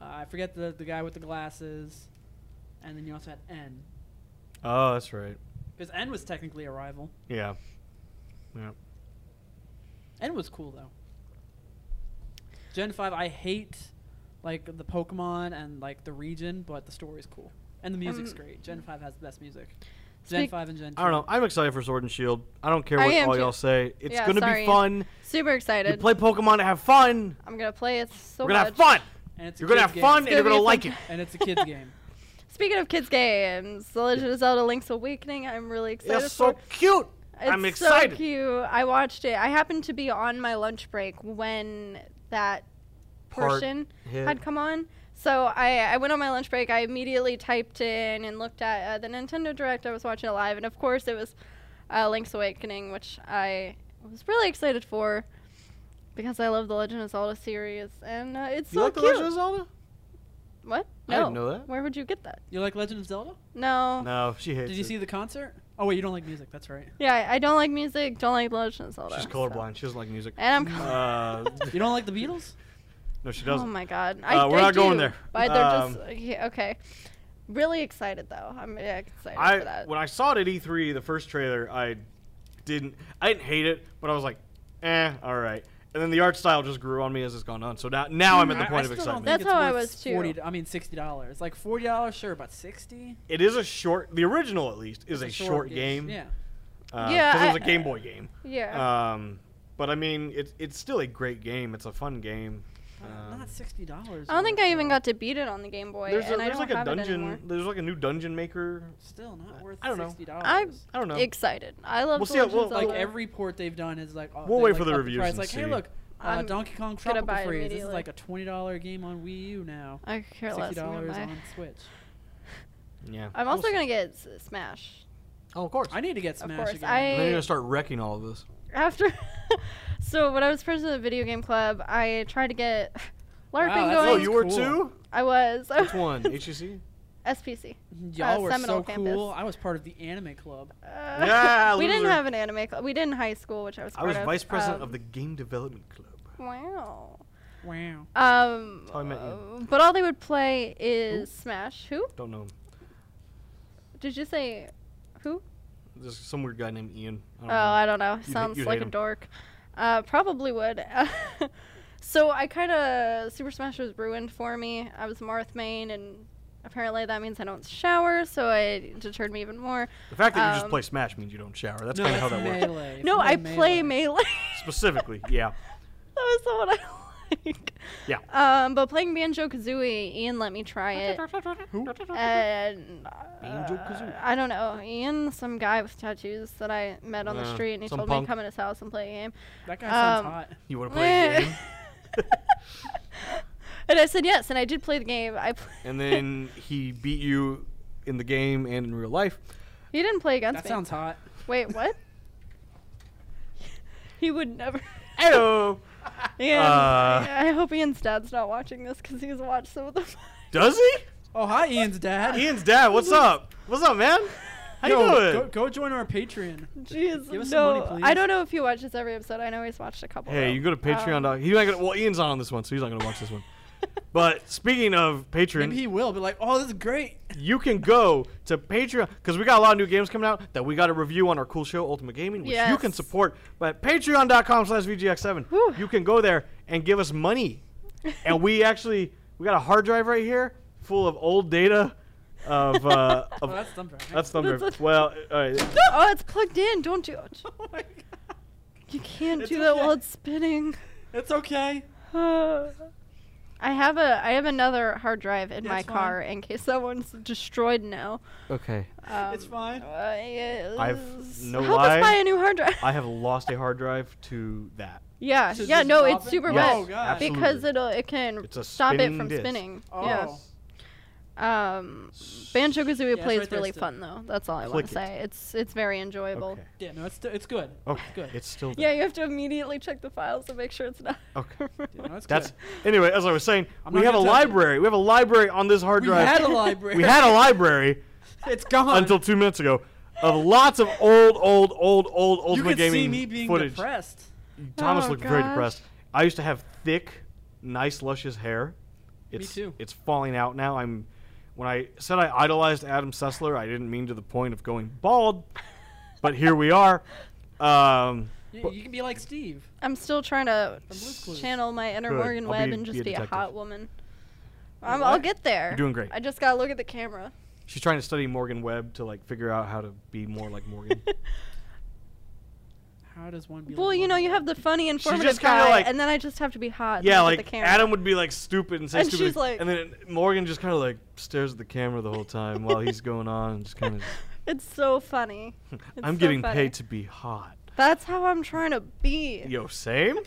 S3: uh, I forget the the guy with the glasses, and then you also had N
S1: Oh, that's right.
S3: because N was technically a rival.
S1: Yeah. Yeah.
S3: N was cool though. Gen five, I hate like the Pokemon and like the region, but the story's cool and the music's
S2: Um,
S3: great. Gen five has the best music. Gen
S2: Speak-
S3: five and Gen. 2.
S1: I don't know. I'm excited for Sword and Shield. I don't care
S2: I
S1: what
S2: am
S1: all
S2: too.
S1: y'all say. It's
S2: Yeah,
S1: gonna
S2: sorry.
S1: be fun.
S2: Super
S1: You
S2: excited.
S1: play Pokemon to have fun.
S2: I'm gonna play it so
S1: We're gonna have
S2: much.
S1: fun.
S3: And it's a
S1: You're gonna
S3: kid's
S1: have
S3: game.
S1: fun, and
S2: It's
S1: you're
S2: gonna
S1: gonna
S2: be
S1: like
S2: fun.
S1: it.
S3: And it's a kids game.
S2: Speaking of kids games, The Legend of Zelda: Link's Awakening. I'm really excited.
S1: It's so
S2: for.
S1: cute.
S2: It's
S1: I'm excited.
S2: so cute. I watched it. I happened to be on my lunch break when that
S1: Part
S2: portion
S1: hit.
S2: had come on. So I, I went on my lunch break. I immediately typed in and looked at uh, the Nintendo Direct. I was watching it live, and of course it was uh, Link's Awakening, which I was really excited for because I love the Legend of Zelda series, and uh, it's
S4: You
S2: so
S4: like The
S2: cute.
S4: Legend of Zelda?
S2: what?
S1: I
S2: No.
S1: didn't know that.
S2: Where would you get that?
S3: You like Legend of Zelda?
S2: No.
S1: No, she hates
S3: Did you
S1: it.
S3: see the concert? Oh wait, you don't like music. That's right.
S2: Yeah, I- I don't like music. Don't like The Legend of Zelda.
S1: She's
S2: so.
S1: colorblind. She doesn't like music.
S2: And I'm.
S3: No.
S1: Uh,
S3: You don't like the Beatles?
S1: no, she
S2: oh
S1: doesn't.
S2: my God. I,
S1: Uh, we're
S2: I
S1: not going
S2: do,
S1: there. Um,
S2: But they're just yeah, okay. Really excited though. I'm yeah, excited for
S1: I
S2: that.
S1: when I saw it at E3, the first trailer, I didn't I didn't hate it, but I was like, eh, all right. And then the art style just grew on me as it's gone on. So now now I'm at the
S3: Mm, I- I
S1: point of
S3: still don't
S1: excitement.
S3: think
S2: That's
S3: it's
S2: how I
S3: worth
S2: was, too.
S3: 40 I mean, sixty dollars. Like forty dollars, sure, but sixty.
S1: it is a short. The original, at least, is a, short, game.
S3: Yeah.
S1: Uh,
S2: Yeah,
S1: 'cause it was
S2: I-
S1: a Game Boy game.
S2: yeah.
S1: Um, but I mean, it's it's still a great game. It's a fun game.
S3: Uh,
S1: Um,
S3: not sixty dollars. uh,
S2: I don't think I even got to beat it on the Game Boy,
S1: there's a,
S2: and I
S1: there's
S2: don't
S1: like a
S2: have it
S1: dungeon.
S2: anymore.
S1: There's like a new dungeon maker.
S3: Still
S1: I
S3: not worth
S1: don't know.
S3: sixty
S2: I'm-
S3: dollars.
S1: I don't know.
S2: Excited. I love
S1: We'll
S2: The
S1: see how-
S2: Legend of
S1: well,
S3: Like
S2: Zelda.
S3: every port they've done is like. oh,
S1: We'll
S3: they,
S1: wait
S3: like,
S1: for the
S3: up
S1: reviews
S3: price.
S1: and
S3: Like, hey,
S1: see.
S3: look, uh,
S2: I'm
S3: Donkey Kong
S2: gonna buy
S3: Tropical
S2: it
S3: Freeze. This is
S2: immediately.
S3: like a twenty dollar game on Wii U now.
S2: I could care
S3: Sixty
S2: less. I'm,
S3: dollars
S2: gonna buy-
S3: on Switch.
S1: Yeah.
S2: I'm
S1: We'll
S2: also
S1: see.
S2: gonna get S- Smash
S1: Oh, of course.
S3: I need to get
S2: Of
S3: Smash
S2: course,
S3: again.
S2: I-
S1: Then you're gonna start wrecking all of this.
S2: after. so when I was president of the video game club, I tried to get LARPing
S3: Wow, that's
S2: going.
S1: Oh,
S3: sounds
S1: you were
S3: cool.
S1: too.
S2: I was.
S1: Which one? HEC.
S2: SPC.
S3: Y'all were so
S2: Seminole campus.
S3: cool. I was part of the anime club.
S2: Uh,
S1: Yeah,
S2: we didn't
S1: loser.
S2: have an anime club. We did in high school, which I was.
S1: I was
S2: part
S1: vice president
S2: um,
S1: of the game development club.
S2: Wow.
S3: Wow.
S2: Um,
S1: how I met you.
S2: uh, But all they would play is Smash. Who
S1: Don't know. him.
S2: did you say? Who?
S1: There's some weird guy named Ian. I don't
S2: Oh, I don't know.
S1: hate-
S2: Sounds
S1: you'd
S2: like
S1: hate
S2: a
S1: him.
S2: dork. Uh, probably would. so I kind of Super Smash was ruined for me. I was Marth main, and apparently that means I don't shower, so it deterred me even more.
S1: The fact that you just
S2: Um,
S1: play Smash means you don't shower. That's
S3: no,
S1: kind of how
S3: that's
S1: that works.
S3: melee. If
S2: no,
S3: you
S2: I play melee.
S1: Specifically, yeah.
S2: that was the one I like.
S1: Yeah.
S2: Um, but playing Banjo Kazooie, Ian let me try it. And uh,
S1: Banjo-Kazooie.
S2: I don't know. Ian, some guy with tattoos that I met on the
S1: Yeah,
S2: street, and he
S1: some
S2: told me to
S1: punk.
S2: come in his house and play a game.
S3: That guy sounds
S2: Um,
S3: hot.
S1: You want to play a game?
S2: and I said yes, and I did play the game. I pl-
S1: And then he beat you in the game and in real life.
S2: he didn't play against
S3: That
S2: me.
S3: sounds hot.
S2: Wait, what? he would never.
S1: Ayo!
S2: Ian,
S1: Uh.
S2: I hope Ian's dad's not watching this because he's watched some of the.
S1: Does he?
S3: Oh, hi, Ian's dad.
S1: Ian's dad, what's up? What's up, man? How
S3: Yo,
S1: you doing?
S3: Go, go join our Patreon.
S2: Jeez,
S3: Give us some
S2: no.
S3: money, please.
S2: I don't know if he watches every episode. I know he's watched a couple.
S1: Hey,
S2: though.
S1: you go to
S2: Um,
S1: Patreon. dot he's not gonna. Well, Ian's not on this one, so he's not gonna watch this one. But speaking of Patreon,
S3: Maybe he will be like, oh, this is great.
S1: you can go to Patreon because we got a lot of new games coming out that we got to review on our cool show Ultimate Gaming, which you can
S2: Yes.
S1: support. But Patreon.com/vgx7,
S2: Whew.
S1: you can go there and give us money, and we actually we got a hard drive right here full of old data of uh,
S3: Oh,
S1: of
S3: that's thumb drive.
S1: that's thumb drive.
S2: That's a-
S1: well, all right.
S2: oh, it's plugged in. Don't do it.
S3: oh my god.
S2: You can't
S3: It's
S2: do that
S3: okay.
S2: while it's spinning.
S3: It's okay.
S2: I have a I have another hard drive in
S3: Yeah,
S2: my
S3: it's fine.
S2: car in case that one's destroyed now.
S1: Okay,
S2: Um,
S3: It's fine.
S2: I, uh,
S1: I've- no
S2: help
S1: lie,
S2: us buy a new hard drive.
S1: I have lost a hard drive to that.
S2: yeah,
S3: So
S2: yeah,
S3: just
S2: no,
S3: drop
S2: it's
S3: it?
S2: super
S3: Yes,
S1: Oh,
S2: wet
S3: God.
S2: because
S1: absolutely.
S2: it'll it can
S1: It's a
S2: stop it
S1: spinning
S2: from
S1: disc.
S2: spinning.
S3: Oh.
S2: Yeah. Um, Banjo Kazooie
S3: it's
S2: plays
S3: right there
S2: really
S3: still.
S2: fun though. That's all I
S1: Click
S2: want
S1: it.
S2: to say. It's it's very enjoyable.
S1: Okay.
S3: Yeah, no, it's st- it's good.
S1: Okay.
S3: It's good.
S1: It's still
S2: Yeah,
S1: there.
S2: you have to immediately check the files to make sure it's not.
S1: Okay.
S3: Yeah, no, it's
S1: That's
S3: good.
S1: anyway. As I was saying,
S3: I'm
S1: we
S3: not
S1: have a
S3: gonna touch it.
S1: library. We have a library on this hard
S3: We
S1: drive.
S3: had a library.
S1: we had a library
S3: It's gone.
S1: until two minutes ago of lots of old, old, old, old
S3: you
S1: Ultimate
S3: could
S1: Gaming
S3: see me being
S1: footage.
S3: depressed.
S1: Thomas
S2: Oh,
S1: looked very
S2: gosh.
S1: depressed. I used to have thick, nice, luscious hair. It's,
S3: too.
S1: It's falling out now. I'm. When I said I idolized Adam Sessler, I didn't mean to the point of going bald, but here we are. Um,
S3: You,
S1: but-
S3: you can be like Steve.
S2: I'm still trying to
S3: From Blue's Clues.
S2: channel my inner
S1: Good.
S2: Morgan
S1: I'll
S2: Webb
S1: be-
S2: and
S1: be
S2: just
S1: a
S2: be a
S1: detective.
S2: hot woman. I'm, I'll
S3: what?
S2: get there.
S1: You're doing great.
S2: I just gotta look at the camera.
S1: she's trying to study Morgan Webb to like figure out how to be more like Morgan.
S3: How does one be?
S2: well,
S3: like
S2: you know,
S3: one?
S2: you have the funny,
S1: just
S2: informative
S1: kinda
S2: guy,
S1: like-
S2: and then I just have to be hot. and
S1: Yeah,
S2: look at
S1: like
S2: the camera.
S1: Adam would be like stupid and say
S2: And
S1: stupid,
S2: she's like-
S1: and then Morgan just kind of like stares at the camera the whole time while he's going on and just kind of.
S2: It's so funny. It's
S1: I'm
S2: so
S1: getting
S2: funny.
S1: paid to be hot.
S2: That's how I'm trying to be.
S1: Yo, same.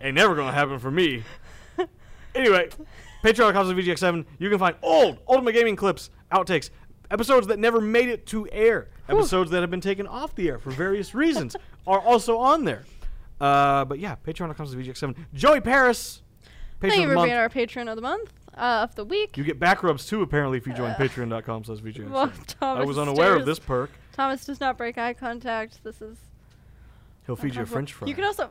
S1: Ain't never gonna happen for me. Anyway, Patreon comes VGX7. You can find old Ultimate Gaming clips, outtakes, Episodes that never made it to air,
S2: Whew.
S1: episodes that have been taken off the air for various reasons are also on there. Uh, but yeah, patreon.com slash VGX7. Joey Paris, patron
S2: Thank
S1: of
S2: you
S1: the
S2: for
S1: month.
S2: being our patron of the month, uh, of the week.
S1: You get back rubs too, apparently, if you join
S2: Uh,
S1: patreon.com slash VGX7.
S2: well, Thomas
S1: I was unaware of this
S2: stares.
S1: perk.
S2: Thomas does not break eye contact. This is.
S1: He'll feed you a french fry.
S2: You can also.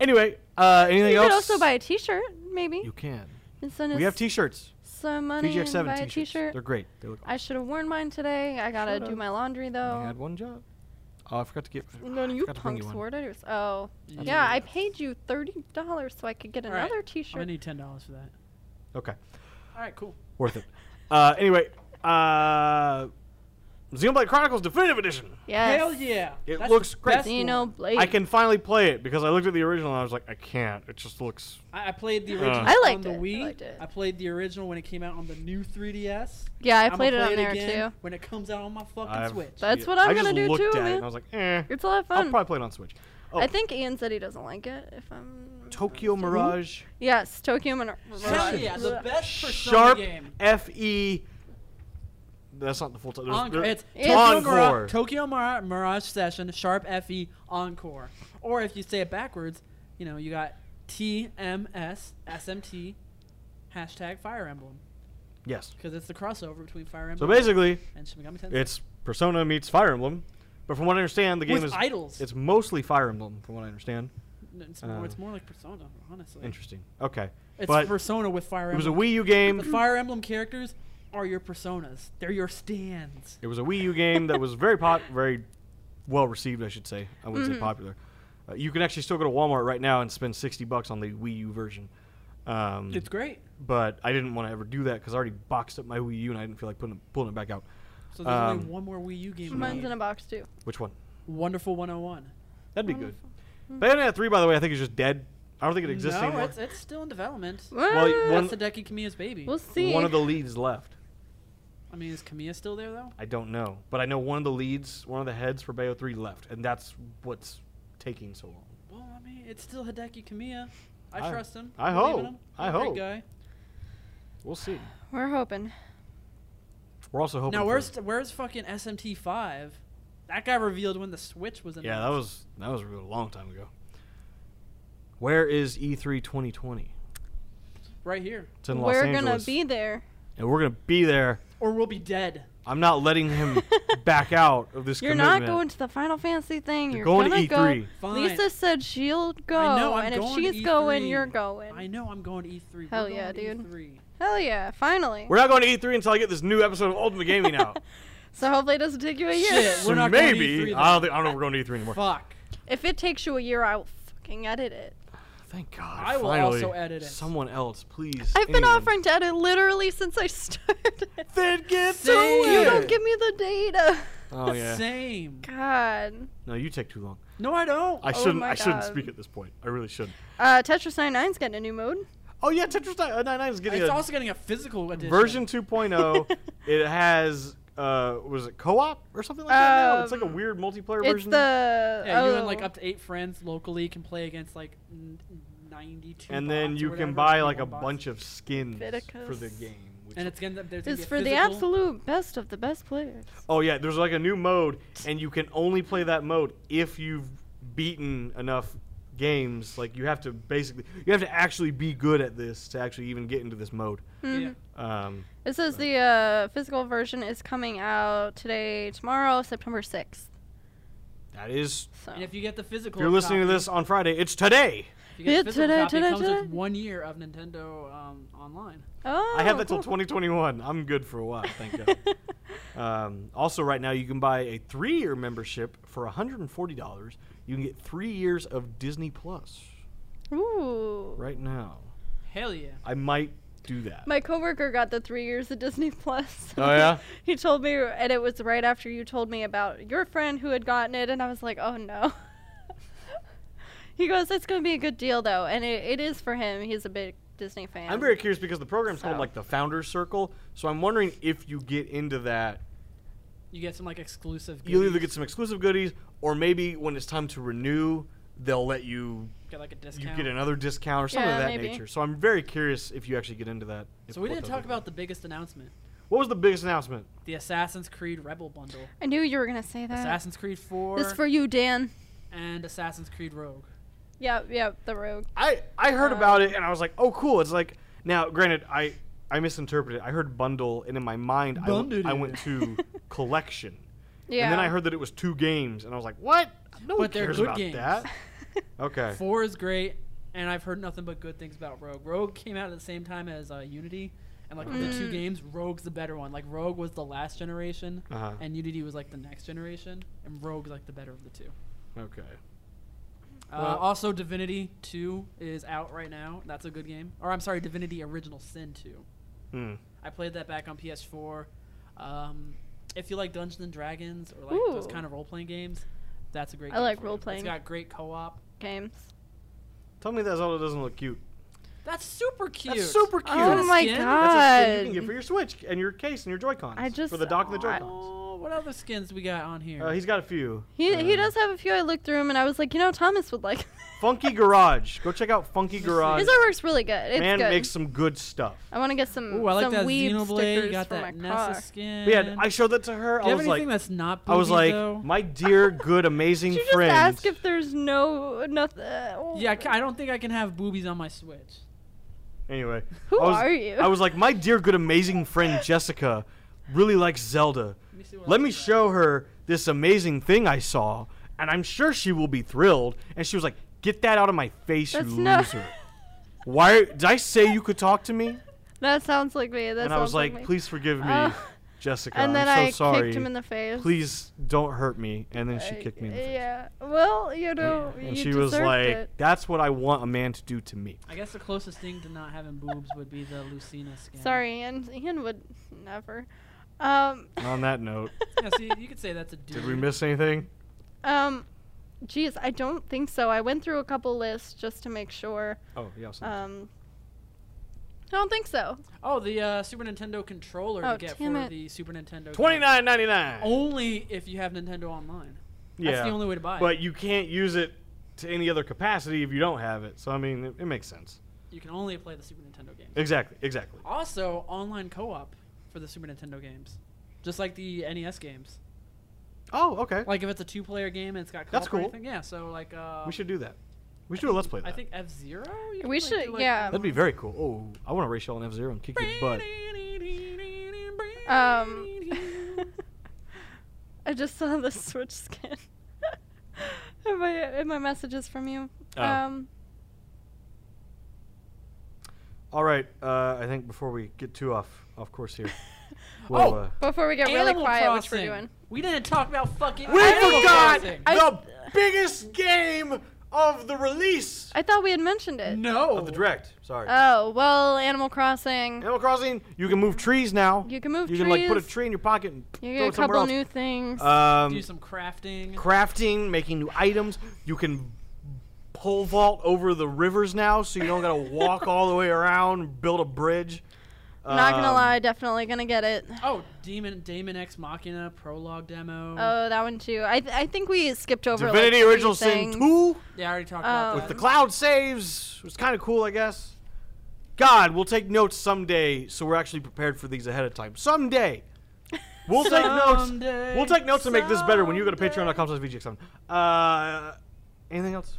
S1: anyway, uh, anything
S2: you
S1: else?
S2: could also buy a T-shirt, maybe.
S1: You can.
S2: and send us
S1: We have t-shirts.
S2: some money
S1: VGX7
S2: and buy a
S1: t-shirts. They're great. They look
S2: I should have worn mine today. I gotta
S1: Should've.
S2: do my laundry though.
S1: I had one job. Oh, I forgot to get.
S2: No,
S1: I
S2: you
S1: forgot to bring
S2: punks
S1: one.
S2: wore yours. Oh, yeah. I paid you thirty dollars so I could get
S3: Alright,
S2: another
S3: I'm gonna
S2: T-shirt.
S3: need ten dollars for that.
S1: Okay,
S3: All right, cool.
S1: worth it. Uh, anyway, uh, Xenoblade Chronicles Definitive Edition.
S2: Yes.
S3: Hell yeah!
S1: It
S3: the
S1: looks great.
S3: best one.
S2: Xenoblade.
S1: I can finally play it because I looked at the original and I was like, I can't. It just looks.
S3: I, I played the
S1: Uh.
S3: original
S1: I
S2: liked
S3: on
S2: it. I
S3: the Wii.
S2: liked it.
S3: played the original when it came out on the new 3DS.
S2: Yeah, I
S3: I'ma
S2: played it
S3: play
S2: on there
S3: again
S2: too.
S3: when it comes out on my fucking
S1: I've-
S3: Switch.
S2: That's what I'm
S1: I just
S2: gonna do
S1: looked
S2: too,
S1: at it
S2: man.
S1: and I was like, eh.
S2: It's a lot of
S1: I'll
S2: fun.
S1: probably play it on Switch. Oh,
S2: I think Ian said he doesn't like it. If I'm
S1: Tokyo Mirage.
S2: yes, Tokyo Mirage.
S3: Hell yeah, the best Persona
S1: Sharp
S3: game.
S1: F E. That's not the full title.
S3: Encore. It's
S2: It's
S3: Tokyo
S1: Encore.
S3: Mirage, Tokyo Mirage, Mirage Session Sharp FE Encore. Or if you say it backwards, you know, you got TMS SMT hashtag Fire Emblem
S1: Yes.
S3: because it's the crossover between Fire
S1: So
S3: Emblem
S1: basically,
S3: and Shin Megami Tensei.
S1: it's Persona meets Fire Emblem. But from what I understand, the game
S3: With
S1: is
S3: idols.
S1: It's mostly Fire Emblem, from what I understand.
S3: No, it's, more,
S1: uh,
S3: it's more like Persona, honestly.
S1: Interesting. Okay,
S3: It's
S1: but
S3: Persona with Fire
S1: it
S3: Emblem.
S1: was a Wii U
S3: The
S1: game.
S3: Fire Emblem characters are your personas. They're your stands.
S1: It was a Wii U game that was very pop, very well received, I should say. I
S3: Mm-hmm.
S1: wouldn't say popular. Uh, you can actually still go to Walmart right now and spend sixty bucks on the Wii U version. Um,
S3: It's great.
S1: but I didn't want to ever do that because I already boxed up my Wii U and I didn't feel like putting pulling it back out.
S3: So there's only
S1: Um,
S3: one more Wii U game. we
S2: Mine's
S3: need.
S2: in a box too.
S1: Which one?
S3: Wonderful 101.
S1: That'd be good.
S2: Hmm.
S1: Bayonetta three, by the way, I think is just dead. I don't think it exists
S3: no,
S1: anymore.
S3: it's, it's still in development.
S1: Well,
S2: Ah,
S1: one-
S3: That's Hideki Kamiya's baby.
S2: we'll see.
S1: One of the leads left.
S3: I mean, is Kamiya still there though?
S1: I don't know, but I know one of the leads, one of the heads for Bayo three left, and that's what's taking so long.
S3: Well, I mean, it's still Hideki Kamiya. I,
S1: I-
S3: trust him.
S1: I
S3: believe in
S1: hope.
S3: him.
S1: I
S3: Great
S1: hope.
S3: guy.
S1: We'll see.
S2: We're hoping.
S1: We're also hoping.
S3: Now,
S1: for-
S3: where's where's fucking SMT five? That guy revealed when the Switch was in.
S1: yeah, that was that was a real long time ago. Where is E E3 2020?
S3: right here.
S1: It's in Los
S2: We're
S1: Angeles,
S2: gonna be there.
S1: and we're gonna be there.
S3: Or we'll be dead.
S1: I'm not letting him back out of this.
S2: You're
S1: commitment.
S2: not going to the Final Fantasy thing.
S1: You're
S2: You're,
S1: going
S2: gonna
S1: to E E3.
S2: go.
S3: Fine.
S2: Lisa said she'll go,
S3: I know, I'm
S2: and
S3: going
S2: if
S3: to
S2: she's going,
S3: E3.
S2: you're going.
S3: I know I'm going to E3.
S2: Hell
S3: We're
S2: yeah,
S3: going E to
S2: dude.
S3: E3.
S2: Hell yeah! Finally.
S1: We're not going to E3 until I get this new episode of Ultimate Gaming out.
S2: so hopefully it doesn't take you a year.
S3: Shit.
S1: so
S3: We're not going to
S1: maybe
S3: E3
S1: I don't think I don't know if we're going to E3 anymore.
S3: Fuck.
S2: If it takes you a year, I will fucking edit it.
S1: Thank God.
S3: I will
S1: finally,
S3: also edit it.
S1: Someone else, please.
S2: I've been
S1: anyone.
S2: offering to edit literally since I started.
S1: Then get to
S3: Same.
S1: it.
S2: you don't give me the data.
S1: Oh yeah.
S3: Same.
S2: God.
S1: No, you take too long.
S3: No, I don't.
S1: I
S2: Oh
S1: shouldn't.
S2: my
S1: I shouldn't
S2: God.
S1: speak at this point. I really shouldn't.
S2: Uh, Tetris 99's getting a new mode.
S1: Oh yeah, Tetris 99 is getting
S3: it's
S1: a
S3: also getting a physical edition.
S1: version 2.0. it has uh, was it co-op or something like that? now? It's like a
S2: Um,
S1: weird multiplayer
S2: It's
S1: version.
S2: the
S3: Yeah,
S2: oh.
S3: you and like up to eight friends locally can play against like n- 92.
S1: and then
S3: bots or
S1: you can
S3: whatever,
S1: buy
S3: 91
S1: like a
S3: bots.
S1: bunch of skins for
S2: Viticus.
S1: the game. which-
S3: And it's gonna there's gonna
S2: It's
S3: be a
S2: for the
S3: physical-
S2: absolute best of the best players.
S1: oh yeah, there's like a new mode, and you can only play that mode if you've beaten enough games. Like you have to basically, you have to actually be good at this to actually even get into this mode.
S2: Mm-hmm.
S3: Yeah.
S1: Um,
S2: It says the uh, physical version is coming out today, tomorrow, September 6th.
S1: that is,
S2: So.
S3: And if you get the physical,
S1: if you're listening to
S3: copy-
S1: this on Friday, it's today.
S3: if you get the
S2: Yeah,
S3: physical
S2: today,
S3: copy, it
S2: today,
S3: comes
S2: today.
S3: with one year of Nintendo um, Online.
S2: oh,
S1: I have that till
S2: cool.
S1: 2021. I'm good for a while, thank God. um, also, right now you can buy a three-year membership for $140. You can get three years of Disney Plus
S2: Ooh.
S1: right now.
S3: Hell yeah!
S1: I might do that.
S2: My coworker got the three years of Disney Plus.
S1: Oh, yeah?
S2: he told me, and it was right after you told me about your friend who had gotten it, and I was like, oh no. he goes, it's going to be a good deal though, and it, it is for him. He's a big Disney fan.
S1: I'm very curious because the program's called
S2: So.
S1: like the Founders Circle, so I'm wondering if you get into that,
S3: You get some like exclusive.
S1: you'll either
S3: goodies.
S1: get some exclusive goodies, or maybe when it's time to renew, they'll let you
S3: Get, like a discount.
S1: you get another discount or something
S2: Yeah,
S1: of that
S2: maybe.
S1: nature. So I'm very curious if you actually get into that. if
S3: So we
S1: what
S3: didn't
S1: those
S3: talk
S1: are.
S3: about the biggest announcement.
S1: What was the biggest announcement?
S3: The Assassin's Creed Rebel bundle.
S2: I knew you were gonna say that.
S3: Assassin's Creed 4
S2: This is Uh, for you, Dan.
S3: and Assassin's Creed Rogue.
S2: Yep, yep, the rogue.
S1: I I heard
S2: Uh,
S1: about it and I was like, oh cool. It's like now, granted, I I misinterpreted. I heard bundle and in my mind I went-
S3: Bundled
S1: I
S3: it.
S1: went to collection.
S2: Yeah.
S1: And then I heard that it was two games and I was like, what? No one
S3: But they're
S1: cares
S3: good
S1: about
S3: games.
S1: that. Okay.
S3: 4 is great, and I've heard nothing but good things about Rogue. Rogue came out at the same time as uh, Unity, and like of the two
S2: Mm.
S3: games, Rogue's the better one. Like Rogue was the last generation,
S1: Uh-huh.
S3: and Unity was like the next generation, and Rogue's like the better of the two.
S1: Okay.
S3: Uh,
S1: Well-
S3: also, Divinity 2 is out right now. That's a good game. Or I'm sorry, Divinity Original Sin 2.
S1: Hmm.
S3: I played that back on PS4. Um, if you like Dungeons and Dragons or like those
S2: Ooh.
S3: kind of role playing games, that's a great.
S2: I
S3: game
S2: like
S3: for you.
S2: role-playing.
S3: It's got great co-op.
S2: Games.
S1: Tell me that Zelda doesn't look cute.
S3: That's super cute.
S1: That's super cute.
S2: Oh
S3: Is that a
S2: my
S3: skin?
S1: That's a skin you can
S2: god.
S1: get for your Switch and your case and your Joy Cons.
S2: I just-
S1: for the dock and the Joy Cons.
S3: Oh, what other skins we got on here?
S1: Uh, he's got a few.
S2: He he
S1: Um,
S2: does have a few. I looked through him and I was like, you know, Thomas would like.
S1: Funky Garage. Go check out Funky
S3: Let's see.
S1: Garage.
S2: His artwork's really good. It's
S1: Man
S2: good.
S1: makes some good stuff.
S2: I want to get some
S3: Ooh, I like
S2: some
S3: that
S2: weeb
S3: Xenoblade. You
S2: stickers
S3: got
S2: for
S3: that
S2: my
S3: Nessa
S2: car.
S3: skin.
S1: Yeah, I showed that to her.
S3: Do you
S1: I
S3: have
S1: was
S3: anything
S1: like,
S3: that's not?
S1: I was
S3: boobies,
S1: like,
S3: though?
S1: my dear, good, amazing
S2: Did you
S1: friend.
S2: just ask if there's no nothing? oh.
S3: yeah, I ca- I don't think I can have boobies on my Switch.
S1: anyway,
S2: Who
S1: I was,
S2: are you?
S1: I was like, my dear, good, amazing friend Jessica really likes Zelda.
S3: Let me, see what
S1: Let
S3: else
S1: me
S3: we got.
S1: show her this amazing thing I saw, and I'm sure she will be thrilled. And she was like, get that out of my face,
S2: That's
S1: you
S2: no.
S1: loser. Why did I say you could talk to me?
S2: that sounds like me. That
S1: and I
S2: sounds
S1: was like,
S2: me.
S1: please forgive me,
S2: Uh,
S1: Jessica.
S2: And then
S1: I'm so
S2: I
S1: sorry.
S2: kicked him in the face.
S1: please don't hurt me. And then she
S2: Uh,
S1: kicked me in the face.
S2: Yeah. Well, you know, you
S1: and she was
S2: deserved
S1: like,
S2: it.
S1: "That's what I want a man to do to me."
S3: I guess the closest thing to not having boobs would be the Lucina skin.
S2: Sorry, Ian. Ian would never. Um,
S1: And on that note,
S3: Yeah, see, you could say that's a dude.
S1: did we miss anything?
S2: um, geez, I don't think so. I went through a couple lists just to make sure.
S1: Oh, yeah. so-
S2: Um, I don't think so.
S3: Oh, the uh, Super Nintendo controller
S2: Oh,
S3: to get
S2: damn
S3: for
S2: it.
S3: the Super Nintendo.
S1: Twenty nine ninety nine.
S3: Only if you have Nintendo Online.
S1: yeah.
S3: Oh, That's the only way to buy it.
S1: But you can't use it to any other capacity if you don't have it. So I mean, it, it makes sense.
S3: You can only play the Super Nintendo games.
S1: Exactly. Exactly.
S3: Also, online co-op for the Super Nintendo games, just like the NES games.
S1: Oh, okay.
S3: Like if it's a two-player game and it's got co-op
S1: That's
S3: or
S1: cool.
S3: anything, yeah. So like, uh,
S1: we should do that. We should do a let's play that.
S3: I think F Zero.
S2: We should- yeah.
S1: that'd be very cool. Oh, I want to race y'all in F Zero and kick your butt.
S2: Um, I just saw the Switch skin in my in my messages from you.
S1: Oh.
S2: Um,
S1: All right. Uh, I think before we get too off off course here, we'll,
S3: Oh,
S1: uh,
S2: before we get really
S3: Animal
S2: quiet,
S3: Crossing.
S2: which we're doing.
S3: We didn't talk about fucking.
S1: We
S3: Animal
S1: forgot
S3: Crossing.
S2: I-
S1: the biggest game of the release
S2: I thought we had mentioned it.
S3: No.
S1: of the direct. Sorry.
S2: Oh well, Animal Crossing.
S1: Animal Crossing, you can move trees now.
S2: You can move
S1: You
S2: trees.
S1: can like put a tree in your pocket and
S2: You
S1: throw
S2: get a
S1: it somewhere
S2: couple
S1: else.
S2: new things.
S3: Do
S1: um,
S3: some crafting.
S1: crafting, making new items. You can pole vault over the rivers now, so you don't gotta walk all the way around, build a bridge.
S2: Not gonna
S1: Um,
S2: lie, definitely gonna get it.
S3: Oh, Demon Damon X Machina prologue demo.
S2: Oh, that one too. I th- I think we skipped over.
S1: Mm. Divinity
S2: like, three
S1: Original Sin
S2: things.
S1: 2
S3: yeah, I already talked
S2: um,
S3: about
S1: with
S3: that.
S1: the cloud saves was kind of cool, I guess. God, we'll take notes someday, so we're actually prepared for these ahead of time. Someday, we'll take notes.
S3: Someday,
S1: We'll take notes to make this better when you go to
S3: someday.
S1: patreon.com slash VGX7. Uh, anything else?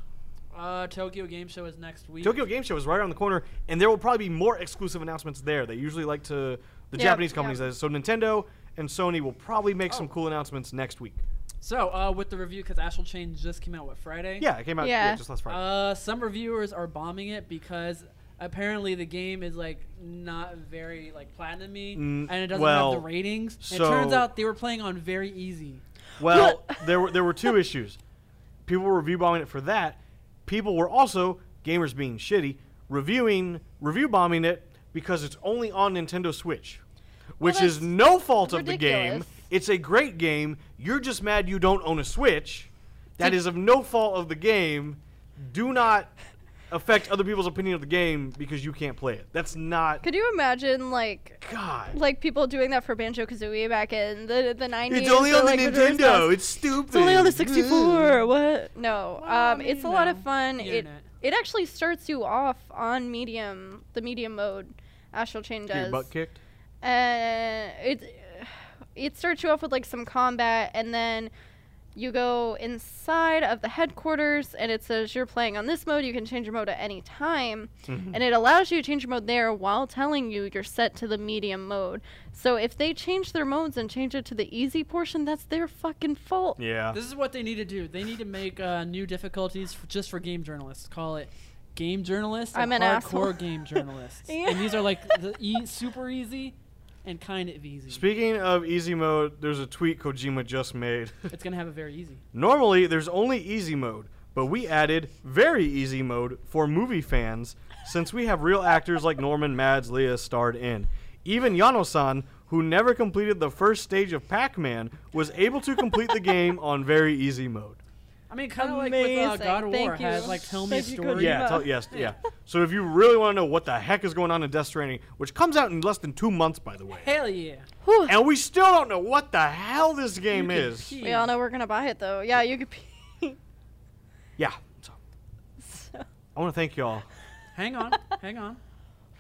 S3: uh, Tokyo Game Show is next week.
S1: Tokyo Game Show is right around the corner, and there will probably be more exclusive announcements there. They usually like to, the
S2: Yeah,
S1: Japanese
S2: yeah.
S1: companies, that is. so Nintendo and Sony will probably make some
S3: Oh.
S1: cool announcements next week.
S3: So, uh, with the review, because Astral Chain just came out, what, Friday?
S1: Yeah, it came out yeah.
S2: Yeah.
S1: just last Friday.
S3: Uh, some reviewers are bombing it because apparently the game is, like, not very, like, platinum-y,
S1: Mm,
S3: and it doesn't
S1: well,
S3: have the ratings. And it
S1: so-
S3: turns out they were playing on very easy.
S1: well, there were there were two issues. People were review bombing it for that. People were also gamers being shitty reviewing review bombing it because it's only on Nintendo Switch, which is
S2: that's
S1: no fault of the game.
S2: ridiculous.
S1: It's a great game. You're just mad you don't own a Switch. That is of no fault of the game. Do not affect other people's opinion of the game because you can't play it. That's not
S2: Could you imagine like
S1: God.
S2: like people doing that for Banjo Kazooie back in the the nineties?
S1: It's only on the
S2: like, reverse
S1: Nintendo.
S2: mouse.
S1: It's Mm. stupid.
S2: It's only on the sixty four. what? No.
S3: Well, I
S2: Um, it's a
S3: mean,
S2: lot
S3: no.
S2: of fun.
S3: The
S2: It
S3: internet.
S2: it actually starts you off on medium, the medium mode. Astral Chain
S1: Get your
S2: does.
S1: butt kicked.
S2: Uh, it it starts you off with like some combat, and then you go inside of the headquarters, and it says you're playing on this mode. You can change your mode at any time,
S1: Mm-hmm.
S2: and it allows you to change your mode there while telling you you're set to the medium mode. So if they change their modes and change it to the easy portion, that's their fucking fault.
S1: Yeah.
S3: This is what they need to do. They need to make uh, new difficulties f just for game journalists. Call it game journalists and
S2: I'm an
S3: hardcore
S2: asshole.
S3: game journalists.
S2: Yeah.
S3: And these are like the e- super easy and kind of easy.
S1: Speaking of easy mode, there's a tweet Kojima just made.
S3: it's gonna have a very easy.
S1: Normally, there's only easy mode, but we added very easy mode for movie fans since we have real actors like Norman Mads Leah starred in. Even Yano-san, who never completed the first stage of Pac-Man, was able to complete the game on very easy mode.
S3: I mean, kind of like with uh,
S2: Amazing.
S3: God of War
S2: Thank
S3: has
S2: you.
S3: like tell me a
S2: Thank you,
S3: story.
S2: Kojima.
S1: Yeah, tell, yes, yeah. So if you really want to know what the heck is going on in Death Stranding, which comes out in less than two months, by the way,
S3: Hell yeah.
S2: Whew.
S1: and we still don't know what the hell this game
S3: You can
S1: is.
S3: pee.
S2: We all know we're gonna buy it though. Yeah, you could. Be
S1: Yeah. So
S2: so,
S1: I want to thank y'all.
S3: Hang on, hang on.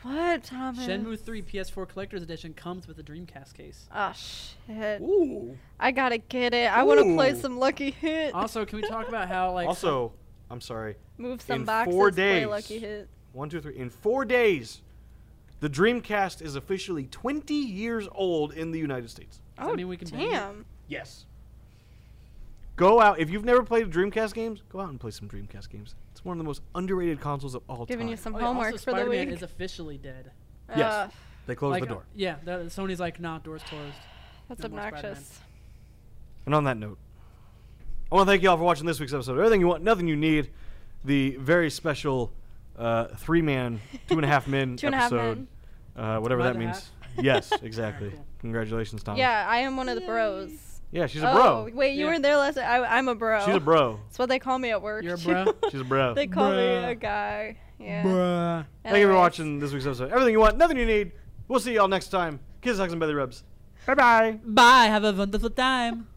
S2: what, Thomas?
S3: Shenmue 3 PS4 Collector's Edition comes with a Dreamcast case.
S2: Oh shit!
S1: Ooh.
S2: I gotta get it. I want to play
S1: Ooh.
S2: some Lucky Hit.
S3: Also, can we talk about how like
S1: Also, I'm sorry.
S2: Move some
S1: in
S2: boxes.
S1: four
S2: Play
S1: days.
S2: Lucky Hit.
S1: One, two, three. In four days, the Dreamcast is officially 20 years old in the United States.
S3: Does that mean we can bang it?
S2: Oh, damn.
S1: Yes. Go out if you've never played Dreamcast games. Go out and play some Dreamcast games. It's one of the most underrated consoles of all
S2: Giving
S1: time.
S2: you some
S3: oh, yeah,
S2: homework
S3: also,
S2: for the
S3: Spider-Man
S2: week.
S3: is officially dead.
S1: Yes.
S2: Ugh,
S1: they close
S3: like,
S1: the
S3: uh,
S1: door.
S3: yeah, the, Sony's like, nah, doors closed.
S2: that's
S3: No more
S2: obnoxious.
S1: And on that note, I want to thank you all for watching this week's episode. of Everything you want, nothing you need. The very special uh, three-man, two and a half men
S2: Two and a half
S1: episode.
S2: men.
S1: Uh, whatever
S3: Mother
S1: that means.
S3: half.
S1: Yes, exactly.
S3: Cool.
S1: Congratulations, Thomas.
S2: Yeah, I am one of the bros.
S1: Yeah, she's a
S2: oh,
S1: bro.
S2: wait, you
S3: Yeah.
S2: weren't there last. I, I'm a bro.
S1: She's a bro.
S2: That's what they call me at work.
S3: You're a
S2: too.
S3: bro?
S1: She's a bro.
S2: they call me
S3: Bruh.
S2: a guy. Yeah.
S3: Bruh.
S1: Thank you for
S2: Anyways.
S1: watching this week's episode. Everything you want, nothing you need. We'll see y'all next time. Kiss, hugs, and belly rubs. Bye bye.
S3: Bye. Have a wonderful time.